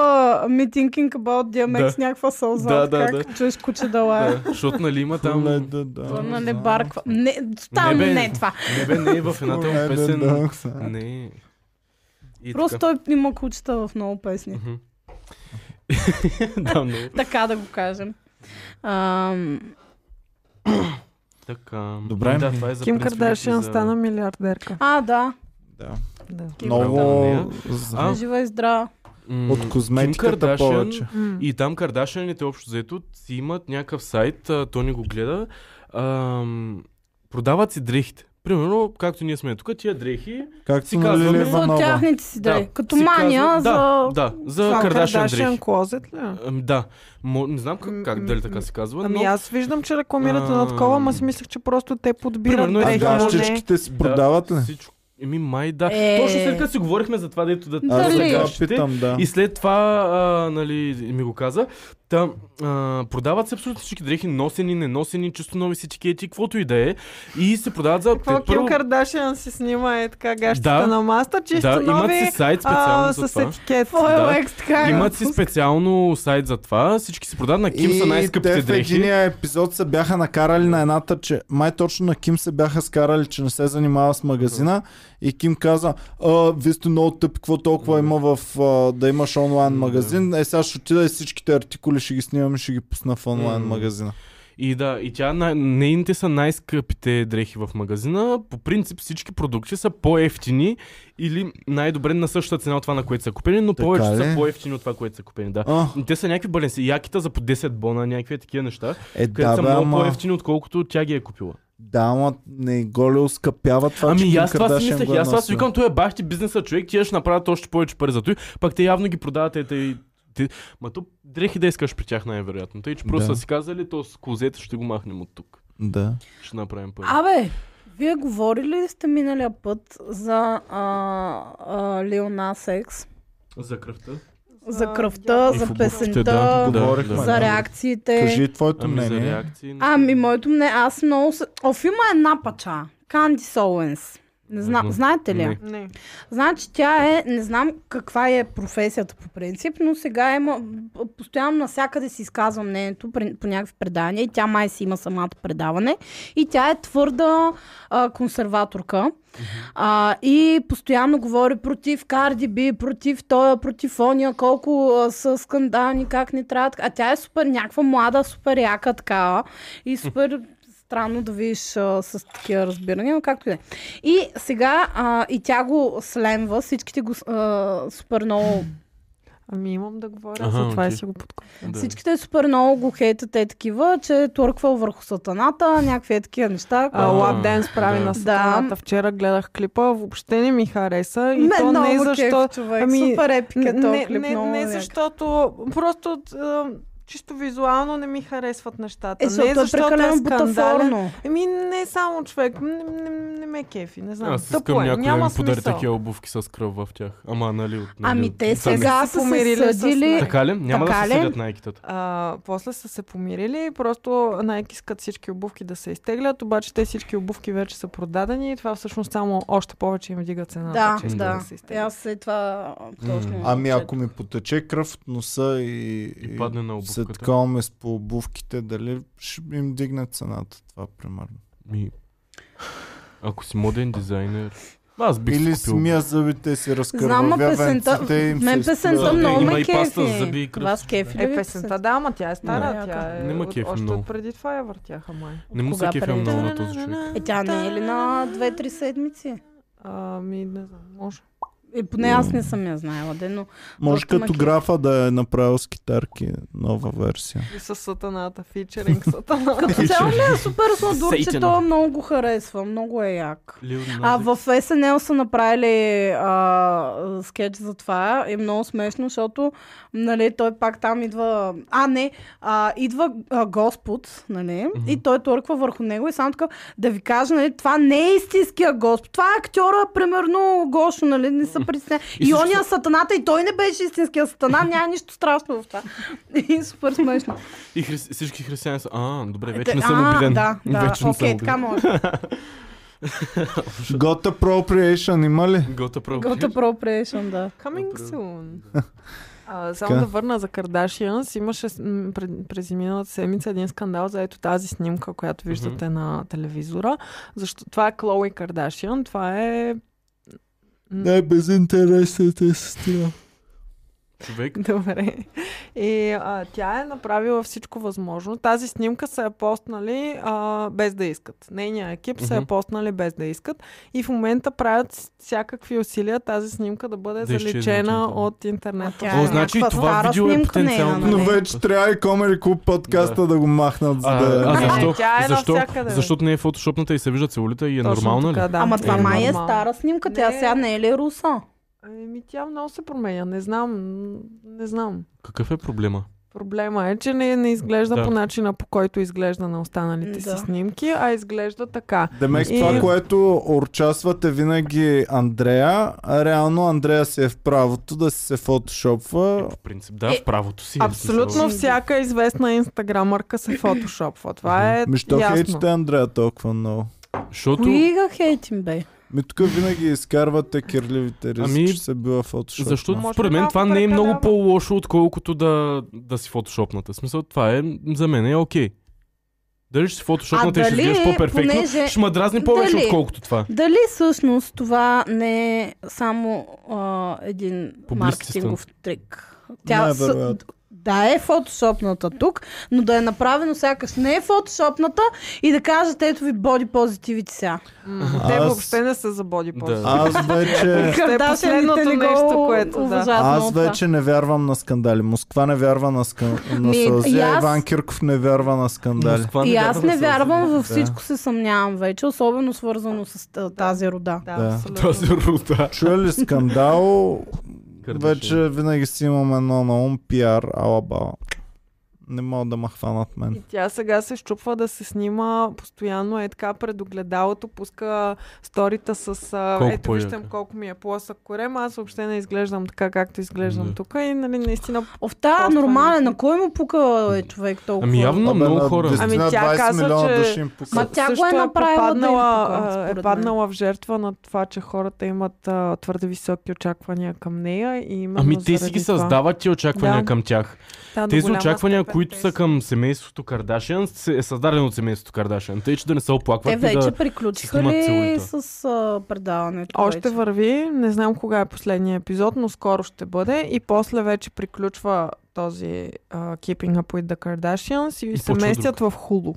me thinking about DMX, Да. някаква сълза, Да, да, как да. чуеш куче да лая. Да, защото нали има там... Хуле да, да. То нали знам. барква. Не, там Не, не, бе. е това. Не бе, не е в едната Хуле да, му песен. да, са. Не. е И Просто така. той има кучета в много песни. Мгм. да, много. така да го кажем. Ам, Така. Добре. Да, това е за Ким принципите Кардашиан за- стана милиардерка. а, да. Да. Да. Много за- А? Жива и здрава. М, от Ким козметиката Кардашиан повече. М. И там кардашаните общо взето си имат някакъв сайт, а, Тони го гледа, ам, продават си дрехите. Примерно, както ние сме тук, тия дрехи... Както нали е Си на казваме- Лилия За от Иванова. тяхните си дрехи. да, Като си мания казва- за... Да, да, за Това е кардашан Кардашиан дрехи. клозет ли? е? Ам, да, Мо, не знам как, М, как м, дали така м. се казва, Ами но... аз виждам, че рекламират А, на такова, ама си мислех, че просто те подбират Примерно е А дрехи, така, но не. гащичките си продават ли? Да, всичко. Еми, май да. Е. Точно след като си говорихме за това, дето да... Аз Дали? за сега гащите. питам, да. И след това, а, нали, ми го каза, там а, продават се абсолютно всички дрехи, носени, неносени, чисто нови с етикети, каквото и да е. И се продават за... Какво те- Ким Кардашиан си снима е така гащите Да. на маста, чисто да, имат нови си сайт специално а, за с това. етикет. Какво е Да. Лекс, така е. Имат си специално сайт за това. Всички се продават на Ким са най-скъпите те в дрехи. единия епизод се бяха накарали на едната, че май точно на Ким се бяха скарали, че не се занимава с магазина и Ким каза, а, вие сте много тъпи, какво толкова има в а, да имаш онлайн М, магазин, е сега ще отида и всичките артикули ще ги снимам и ще ги пусна в онлайн М. магазина. И да, и тя, най- нейните са най-скъпите дрехи в магазина. По принцип всички продукти са по-ефтини или най-добре на същата цена от това, на което са купени, но Така повечето ли? са по-ефтини от това, което са купени. Да. А, Те са някакви баленси, якита за по 10 бона, някакви такива неща, е където да, са бе, много ама, по-ефтини, отколкото тя ги е купила. да, ама не го ли оскъпява това, че Ами и Ким аз това си Кардашиан мислех, го и е аз това си носила? викам, той е бащи бизнеса човек, тия ще направят още повече пари за той, пък те явно ги продават ете и те... Ма то дрехи да искаш при тях най-вероятно. Тъй, че просто Да. са си казали, то с козета ще го махнем от тук. Да. Ще направим пари. Абе, вие говорили ли сте миналия път за а, а, Лил Нас Екс? За кръвта. За кръвта, И за в обувките, песента, да, да, Говорихме, да. за реакциите. Кажи твоето Ами за мнение. реакции. не Ами, знам. моето мнение, аз много... Се... Оф, има една пача. Канди Солуенс. Не знам, знам. знаете ли? я? Не. Не. Значи тя е, не знам каква е професията по принцип, но сега има, постоянно навсякъде си изказва мнението при- по някакви предания и тя май си има самото предаване. И тя е твърда а, консерваторка а, и постоянно говори против Карди Би, против тоя, против ония, колко а, са скандални, как не трябва. така. А тя е супер, някаква млада, супер яка така и супер странно да видиш а, с такива разбирания, но както и да е. И сега а, и тя го сленва, всичките го а, супер много, Ами имам да говоря, Аха, затова и окей. си го подкупя. Да. всичките супер много го хейтат е такива, че е турквал върху сатаната, някакви е такива неща. А, Лап Денс прави да. на сатаната. Вчера гледах клипа, въобще не ми хареса. И Мен то много не ме защо... кеф, човек. ами, супер епик е този Не, клип, не, много ме не яка. защото... Просто а, чисто визуално не ми харесват нещата. Е, не защото е прекалено бутафорно. Еми Ами, не само човек. Не, не, не ме кефи, не знам. Аз искам Тъпо е, някой да няма ми подари смисъл. такива обувки с кръв в тях. Ама, нали, от... нали, Ами от- те са ми- сега се са се помирили с- съдили. Така ли? Няма да Така се ли? съдят найкитата. А, после са се помирили и просто Nike искат всички обувки да се изтеглят, обаче те всички обувки вече са продадени и това всъщност само още повече им вдига цената, Да, че искат да. Е, да се И изтеглят. аз след това точно. Ами ако ми потече кръв от носа и, И падне на се обувката. таковаме с по обувките, дали ще им дигне цената това примерно. Ми... Ако си моден дизайнер... Аз бих Или си си купил. мия зъбите си Знам, разкървавя а песента- венците и им Мен се е песента изплюва. много Има ме и паста за зъби кефи. и кръв. Вас кефи ли Е, ви песента, да, ама тя е стара, Не. тя е Не ме от- кефи още много. от преди това я въртяха май. Не му се Кога кефя преди? много на този човек. Е, тя не е ли на 2-3 седмици? Ами, не знам, може. Е, поне аз не съм я знаела, де, но Може Просто ме като кефи. графа да е направил с китарки нова версия. И с сатаната, фичеринг сатаната. като цяло не е супер сладурче, Сейтана. то много го харесва, много е як. Лил Нас А Икс. в SNL са направили а, скетч за това. Е много смешно, защото нали, той пак там идва... А, не, а, идва а, Господ, нали, Мгм. и той торква върху него и само така да ви кажа, нали, това не е истинския Господ. Това е актьора, примерно, Гошо, нали, не са притесня. И И, и всички ония са- сатаната, и той не беше истинския сатана, няма нищо страшно в това. И супер смешно. И хрис... всички християни са... А, добре, Е, Те- вече не съм а, обиден. Да, да, вече не съм окей, обиден. така може. Got appropriation има ли? Гота право. Got appropriation, да. Coming Добре. soon. А, само Така. да върна за Кардашианс. Имаше с- м, пред- през миналата седмица един скандал за ето тази снимка, която виждате на телевизора. Защо... Това е Клои Кардашиан. Това е... м, Най-безинтересната сестра. Човек. Добре. И а, тя е направила всичко възможно. Тази снимка са я постнали а, без да искат. Нейният екип са я Мгм. постнали без да искат. И в момента правят с- всякакви усилия тази снимка да бъде Да изчезне от заличена интернет. от интернет. А тя О, е значи някаква това стара видео е снимка, не е потенциално. на Но мен. вече трябва и Comedy Club подкаста да, го махнат, за А, да... а защо? Е, тя е защо? навсякъде, бе. Защото не е фотошопната и се вижда целулита и е Точно нормална така, ли? Да. Ама това Е, май е нормално. стара снимка, тя Не. сега не е ли руса? Еми, тя много се променя. Не знам. м, Не знам. Какъв е проблема? Проблема е, че не, не изглежда Да. по начина, по който изглежда на останалите Да. си снимки, а изглежда така. Демек, И- това, което орчасвате винаги Андрея, а реално Андрея си е в правото да си се фотошопва. Е, По принцип, да, в правото си. е, в Абсолютно смисъл. всяка известна инстаграмърка се фотошопва. Това е Ми, що ясно. хейчите Андрея толкова много? Защото... Кои га хейтим, бе? Ми тук винаги изкарвате кирливите ризи, Ами, че се била фотошопна. Защото Може според мен малко това не е прекалява. много по-лошо, отколкото да, да си фотошопната. В смисъл, това е за мен е окей. Дали ще си фотошопната А и ще дали, изглеждаш по-перфектно, понеже- ще ме дразни повече, дали? отколкото това. Дали всъщност това не е само а, един Публицистен. маркетингов трик? Тя с- Най-вероятно. да е фотошопната тук, но да е направено сякаш не е фотошопната и да кажат ето ви боди позитивите сега. М, Те Аз- въобще не са за боди пост. Аз Е. вече... последното Кардашианите не го нещо, което, да. уважават много Аз това. вече не вярвам на скандали. Москва не вярва на, скан... на Ми, и сълзи. а аз- Иван Кирков не вярва на скандали. Москва И аз не на сълзи. вярвам, във Да. всичко се съмнявам вече, особено свързано с а, тази рода. Да, Да. абсолютно. Тази рода. Чуя ли скандал? Кардашиан. вече винаги си имам едно на ум. Пиар, алабала. Не могат да ме хванат И мен. тя сега се щупва да се снима постоянно е така пред огледалото, пуска сторита с а, Колко ето виждам по-яка. колко ми е плосък корем, аз въобще не изглеждам така както изглеждам Да. тук и нали наистина О, в тая Просто нормален, не- на кой му пука е човек толкова? Ами явно Абе, много на хора. десетина, Ами тя 20 каза, милиона че- души им пука. Ма тя също го е направила да им попаднала, покара, а, е според паднала в жертва на това, че хората имат а, твърде високи очаквания към нея и именно Ами те си заради ги това. създават ти очаквания Да. към тях. Да, до Тези голяма очаквания, степен които те е. са към семейството Кардашиан, се- е създадено от семейството Кардашиан. Тъй, че да не се оплакват Те и вече да... приключиха снимат ли целулита. с а, предаването? Още вече? върви, не знам кога е последния епизод, но скоро ще бъде и после вече приключва този uh, Keeping Up With The Kardashians и, И се почва местят в Hulu.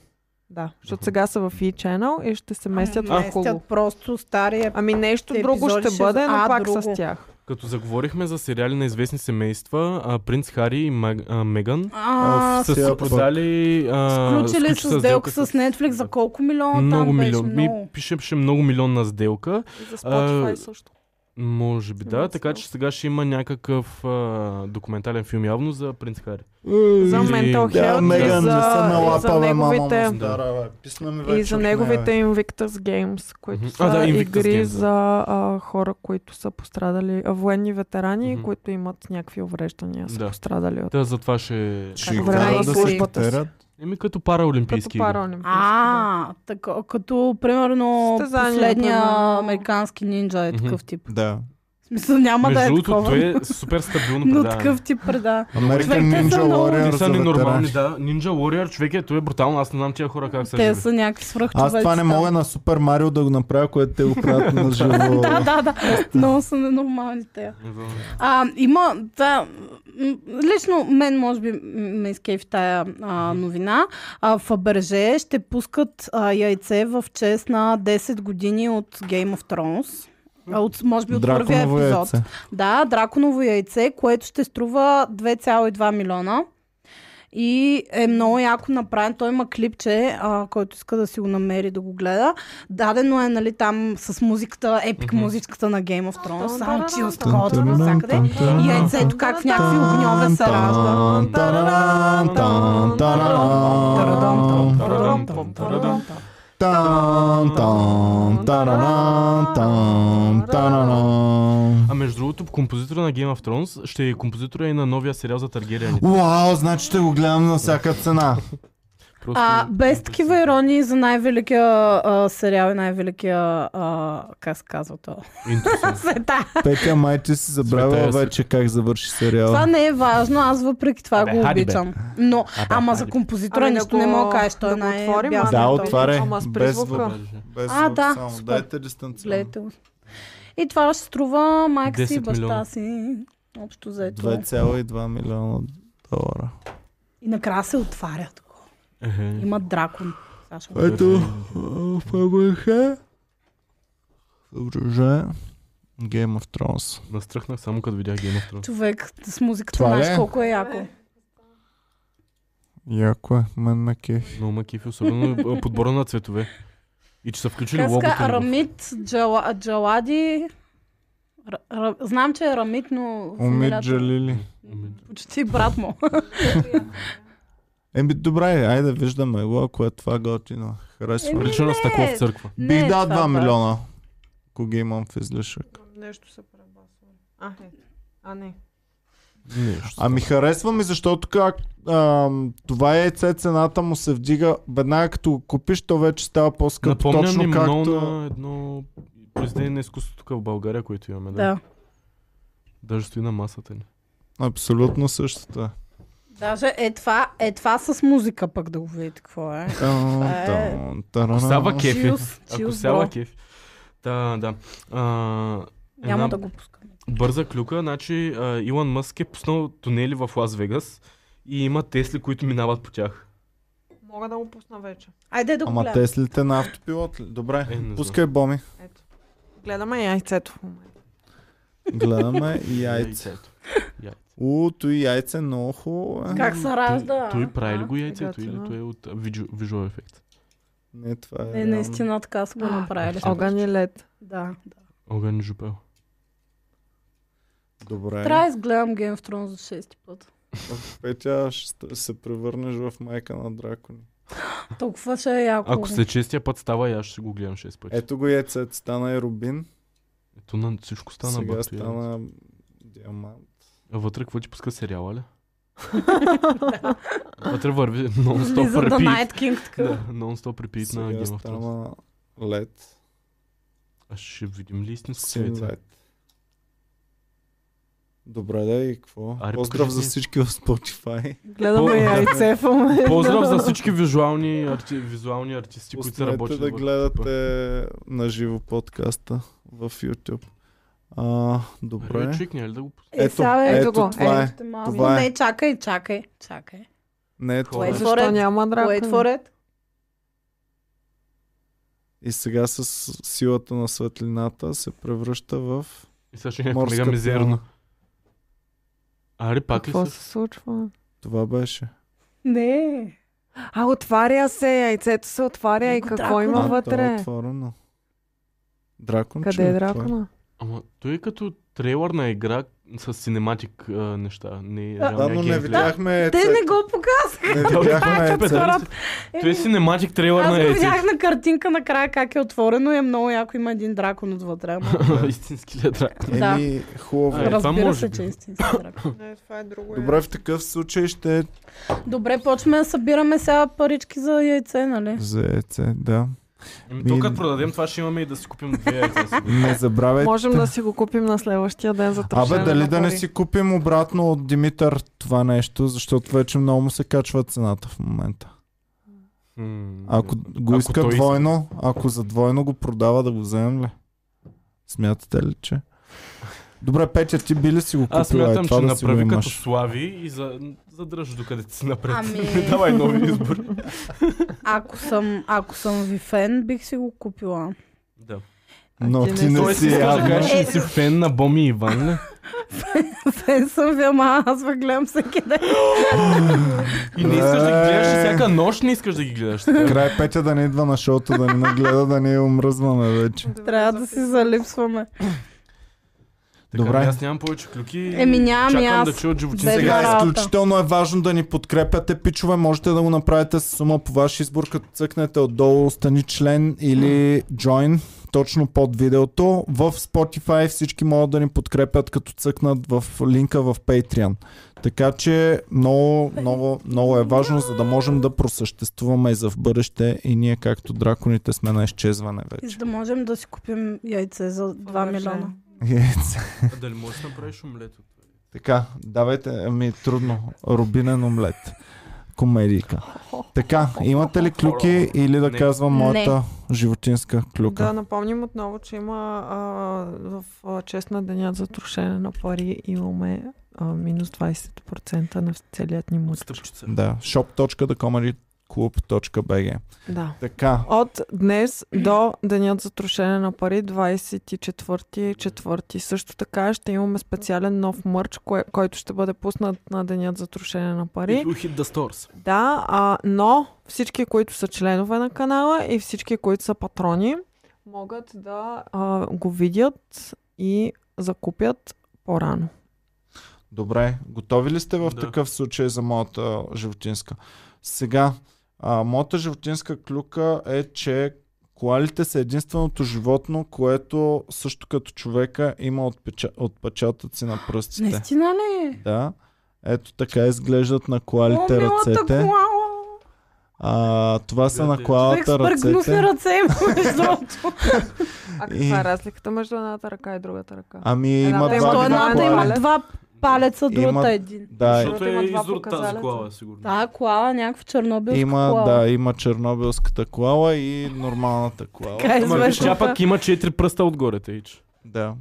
Да, защото Мгм. сега са в E-Channel и ще се Ами, местят в Hulu. Местят просто стария Ами нещо Те друго епизоди ще ще- бъде, но А, пак друго. с тях. Като заговорихме за сериали на известни семейства, а, принц Хари и Маг... а, Меган а, Оф, са сега се пък. продали... а, Включили сключи с сделка с Netflix за колко милиона много там милион. беше Ми много. пишеше много милионна сделка. И за Spotify А, също. Може би да, Мисля. така че сега ще има някакъв а, документален филм явно за принц Хари. За или- Mental Да, Health Да, и Меган, за, не съм и ме за лапа, бе, мама. неговите... му здраве, бе. Писна ми вече И за от нея, неговите бе. Invictus Games, които Мгм. са А, да, Invictus игри Games, да. за а, хора, които са пострадали, а, военни ветерани, Мгм. които имат някакви увреждания, са Да. пострадали от Та за това ще... Ще ги Добре, карат да се службата си. катерят. Еми като параолимпийски. като игри. параолимпийски. Ами, да. А, така, като примерно Състезания, последния примерно. американски нинджа е Мгм. такъв тип. Да. В смисъл няма Между да е другото, той такова, е супер стабилно но предаване. такъв тип преда. American Човек, те Ninja са много- Warrior Те за са ненормални, ветерани. да. Ninja Warrior, човек е, той е брутално, аз не знам тия хора как са Те живи. са някакви Аз свръхчовеци. това не там. мога на Супер Марио да го направя, което те го правят на живо. Да, да, да. Много са ненормални те. Ами, А, има, да, м, лично мен може би м, ме изкефи тая а, новина. А, Фаберже ще пускат а, яйце в чест на 10 години от Game of Thrones. А, От, може би от първия Драконово епизод. яйце. Да, драконово яйце, което ще струва 2,2 милиона. И е много яко направен. Той има клипче, а, който иска да си го намери да го гледа. Дадено е, нали, там с музиката, епик Мгм. музичката на Game of Thrones. Само чил с такова от навсякъде. И И яйцето как в някакви огньове се ражда. А между другото, композитора на Game of Thrones ще е композитора и на новия сериал за Таргерианите. Вау, значи ще го гледам на всяка цена. Просто... А, без такива иронии за най-великия а, сериал и най-великия, а, как се казва то, Интересно. света. Петя, май ти си забравила Светая се. вече как завърши сериала. Това не е важно, аз въпреки това Абе, го хайде бе. обичам. Но, Абе, ама за хайде. композитора Ами да нищо не мога да го- кажеш, той да е го най отворим, аз не бясен Да, Ама този. отваряй. ама с без призвука. звук. Без А, звук да, само. супер. Дайте е дистанционно. Гледайте го. И това ще струва майка си и 10 баща милиона. си. Общо заето. 2,2 милиона долара. И накрая се отваря. такова. Ехе. Има дракон. Саша. Ето, ФБХ. Продължа. Game of Thrones. Настръхнах само като видях Game of Thrones. Човек с музиката, Това ли знаеш е? колко е яко. Яко е, мен на кефи. Много ме кефи, особено а, подбора на цветове. И че са включили логото. Казка на него. Арамит, джала, Джалади. Р, р, знам, че е Арамит, но... Умит фамилията- Джалили. Почти брат му. Еми, добре, айде виждаме го, ако е това готино. Харесва. Еми, Прилича на не. стъкло в църква. Не Бих е дал това, 2 брат. милиона, ако ги имам в излишък. Нещо се пребасва. А, е. А, не. Нещо. Ами харесва ми, защото как, ам, това яйце цената му се вдига веднага като го купиш, то вече става по-скъпо. Напомня ми точно много както... на едно произведение на изкуството тук в България, което имаме. Да. Да. Даже стои на масата ни. Абсолютно същото е. Даже е това, е това с музика пък да го видите какво е. Това е- Тан, тарарам. Става кефи. Чилс, Ако чилс, сяла бро. кефи. Да, да. А, Няма да го пускам. бърза клюка, значи а, Илон Мъск е пуснал тунели в Лас Вегас и има Тесли, които минават по тях. Мога да го пусна вече. Айде да го Ама гледам. Теслите на автопилот ли? Добре, Е, не знам. пускай боми. Ето. Гледаме яйцето в момента. Гледаме и яйце. Яйце. У, той яйце е много хубаво. е. Как се ражда? Той, той а? прави ли го яйцето Готино. или той е от а, виджу- визуал ефект? Не, това е. Не, реално. наистина така са го направили. Огън и лед. Да. да. Огън жупел. Добре. Трябва да изгледам Game of Thrones за шести път. Петя ще се превърнеш в майка на дракони. Толкова ще е яко. Ако след шестия път става, и аз ще го гледам 6 пъти. Ето го яйцето, стана и рубин. Ето на е. всичко стана сега бахто, яйце. стана диамант. А вътре какво ти пуска сериала ли? Вътре върви нон-стоп Влиза да repeat. Night King така. Да, нон-стоп репит на Сега Game of Thrones. стана лед. А ще видим ли истинско Син яйце? лед. Добре, да и какво? Аре, Поздрав покажи за ми. всички в Spotify. Гледаме По- яйце в момента. Поздрав за всички визуални, арти... визуални артисти, които са Останете работили. да върху клипа. гледате на живо подкаста в YouTube. А, Е, добре. Чик, не е ли да го пусна? Е, Ето, сега е. ето го, това е. Ще малко. Това е. Не, чакай, чакай, чакай. Не е това. Кой е. е? Защо няма Wait дракон? for it. И сега с силата на светлината се превръща в И сега ще е някакво морска мега мизерно. пяна. Ари, пак ли Какво се са? случва? Това беше. Не. А, отваря се, яйцето се отваря и Него какво дракона. има то е А, вътре? отворено. Дракон. Къде е дракона? Ама той е като трейлър на игра с синематик а, неща. Не, Да, Да, но не видяхме Те яйцето. не го показаха. Не видяхме яйцето. Хората. Той е синематик трейлър Аз на го яйце. видях на картинка накрая как е отворено и е много яко. Има един дракон отвътре. ама- Истински ли е дракон? Да. Еми, хубаво. Е, това Разбира може се, би. че е истински дракон. Не, това е друго. Добре, в такъв случай ще Добре, почваме да събираме сега парички за яйце, нали? за яйце, да. Ами, Ми- то като продадем това, ще имаме и да си купим две яйца. Не забравяйте. Можем да си го купим на следващия ден за тържане Абе, дали на да не пари. си купим обратно от Димитър това нещо, защото вече много му се качва цената в момента. М, Ако го Ако иска той иска. двойно, ако за двойно го продава, да го вземем ли? Смятате ли, че? Добре, Петя, ти би ли си го купила? Аз смятам, е, това че да си го направи като имаш. слави и за... задръж докъде си напред. Ами. Не давай нови избори. Ако съм, ако съм ви фен, бих си го купила. Да. Но ти ти не не Тоест, си искаш да явно. кажеш, че не си фен на Боми и Иван, ли? Фен съм ви, ама аз ви гледам всеки ден. И не искаш да ги гледаш и всяка нощ, не искаш да ги гледаш. така. Е. Край Петя да не идва на шоуто, да не нагледа, да не я омръзваме вече. Добре, Трябва да си залипсваме. Така, Добре. Аз нямам повече клюки. Еми, нямам и Чакам аз. да чуя от животинския Без Сега работа. изключително е важно да ни подкрепяте, пичове. Можете да го направите с сума по ваш избор, като цъкнете отдолу стани член или join, точно под видеото. В Spotify всички могат да ни подкрепят, като цъкнат в линка в Patreon. Така че много, много, много е важно, за да можем да просъществуваме и за в бъдеще и ние както драконите сме на изчезване За вече. да можем да си купим яйце за 2 милиона. Яйца. А Дали можеш да направиш омлет от това? Така, давайте, ами трудно. Рубинен омлет. Комедийка. Така, имате ли клюки или да Не. казвам моята животинска Да клюка? напомним отново, че има а, в а, чест на денят за трошене на пари имаме а, минус 20% на целият ни мутър. Стъпчица. Да, shop.comedyclub.bg Да. Така, От днес до денят за трошене на пари, 24 четвърти. Също така ще имаме специален нов мърч, кое, който ще бъде пуснат на денят за трошене на пари. If you hit the stores. Да, а, но всички, които са членове на канала и всички, които са патрони, могат да а, го видят и закупят по-рано. добре. Готови ли сте в Да. такъв случай за моята животинска? Сега, а, моята животинска клюка е, че коалите са единственото животно, което също като човека има отпеча... отпечатъци на пръстите. Наистина ли? Да. Ето така изглеждат на О, коалите милата ръцете. коала! А, това са на Гледате. Човек с коалата ръцете. пръгнусни ръце има, между другото. А каква И- каква е е разликата между едната ръка и другата ръка? Е, Ами има Едната два Защо има вида едната има коали. два палеца, Има- другата един. Да, Защото Има е два изор от тази показалеца. глава, сигурно. Та коала, някаква чернобилска има, коала. да, има чернобилската коала и нормалната коала. Така е Ама виж, тя известно. пак има четири пръста отгоре, тейч. Да.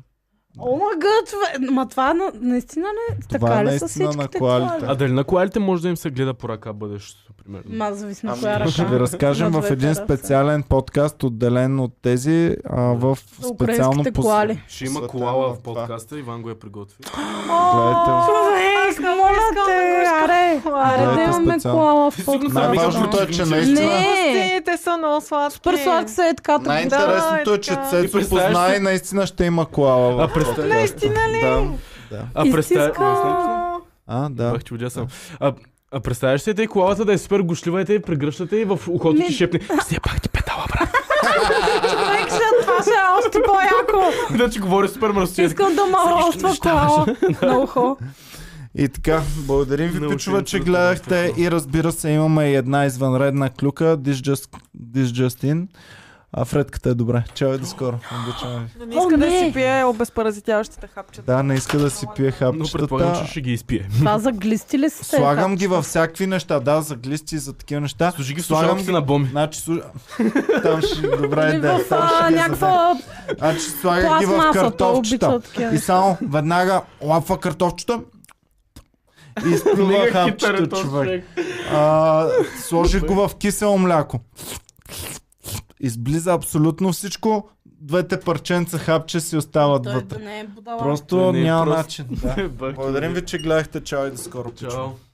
О, ма гът, ма това на- наистина ли? Така ли са е наистина на всичките коалите. коали? А дали на коалите може да им се гледа по ръка бъдещето, примерно? Ма зависи на коя Ами, ще ви ръка. разкажем На в двете един ръце. специален подкаст, отделен от тези, а, в специално украинските пос- коали. Ще има посветено коала на в това. подкаста, Иван го е приготвил. Гледайте. Човек, моля те, аре, аре да Гледайте имаме специално. коала Ти в сигурно подкаста. сами като Най-важното е, че животинци. наистина- Не, Те са много сладки. супер слаг се е така. тъп- Най-интересното е, че Да, И Цецо представяш познае ли- и наистина ще има коала. в А, представ- подкаста. Наистина ли? Да, да. А представя... Истинска. А, да. Бах ти удя съм. А, а представяш ли те колата да е супер гошлива и те я прегръщате и в ухото Ми- ти шепне Все пак ти педала, брат. Човек, ще- това ще е още по-яко. да ти Значи говори супер мръсотия. Искам да ма роства коала на ухо. И така, благодарим ви, Научим пичове, че се да гледахте търпим. и разбира се имаме и една извънредна клюка, This Just, This Just In. А Фредката е добре. Чао и до скоро. Обичаме ви. Не О, иска да не. си пие обезпаразитяващите хапчета. Да, не иска да си пие Но предполагам, хапчетата. че ще ги изпие. Това заглисти ли си? Слагам ги във всякакви неща. Да, за глисти и за такива неща. Служи ги в Слагам слушалките ги- на бомби. Значи, слу... там ще добра Или в идея. Там ще а, ги задам. някаква Значи слагам ги в пластмаса, то картофчета. обича такива. И само веднага лапва картофчета. И изплюва Мега хитър е хапчето, този човек. А, сложих го в кисело мляко. Изблиза абсолютно всичко. Двете парченца хапче си остават Той да вътре. не е будала. Просто Не, няма просто- начин. Да. Бах ти Благодарим удя. ви, че гледахте. Чао и до скоро. пичове. Чао.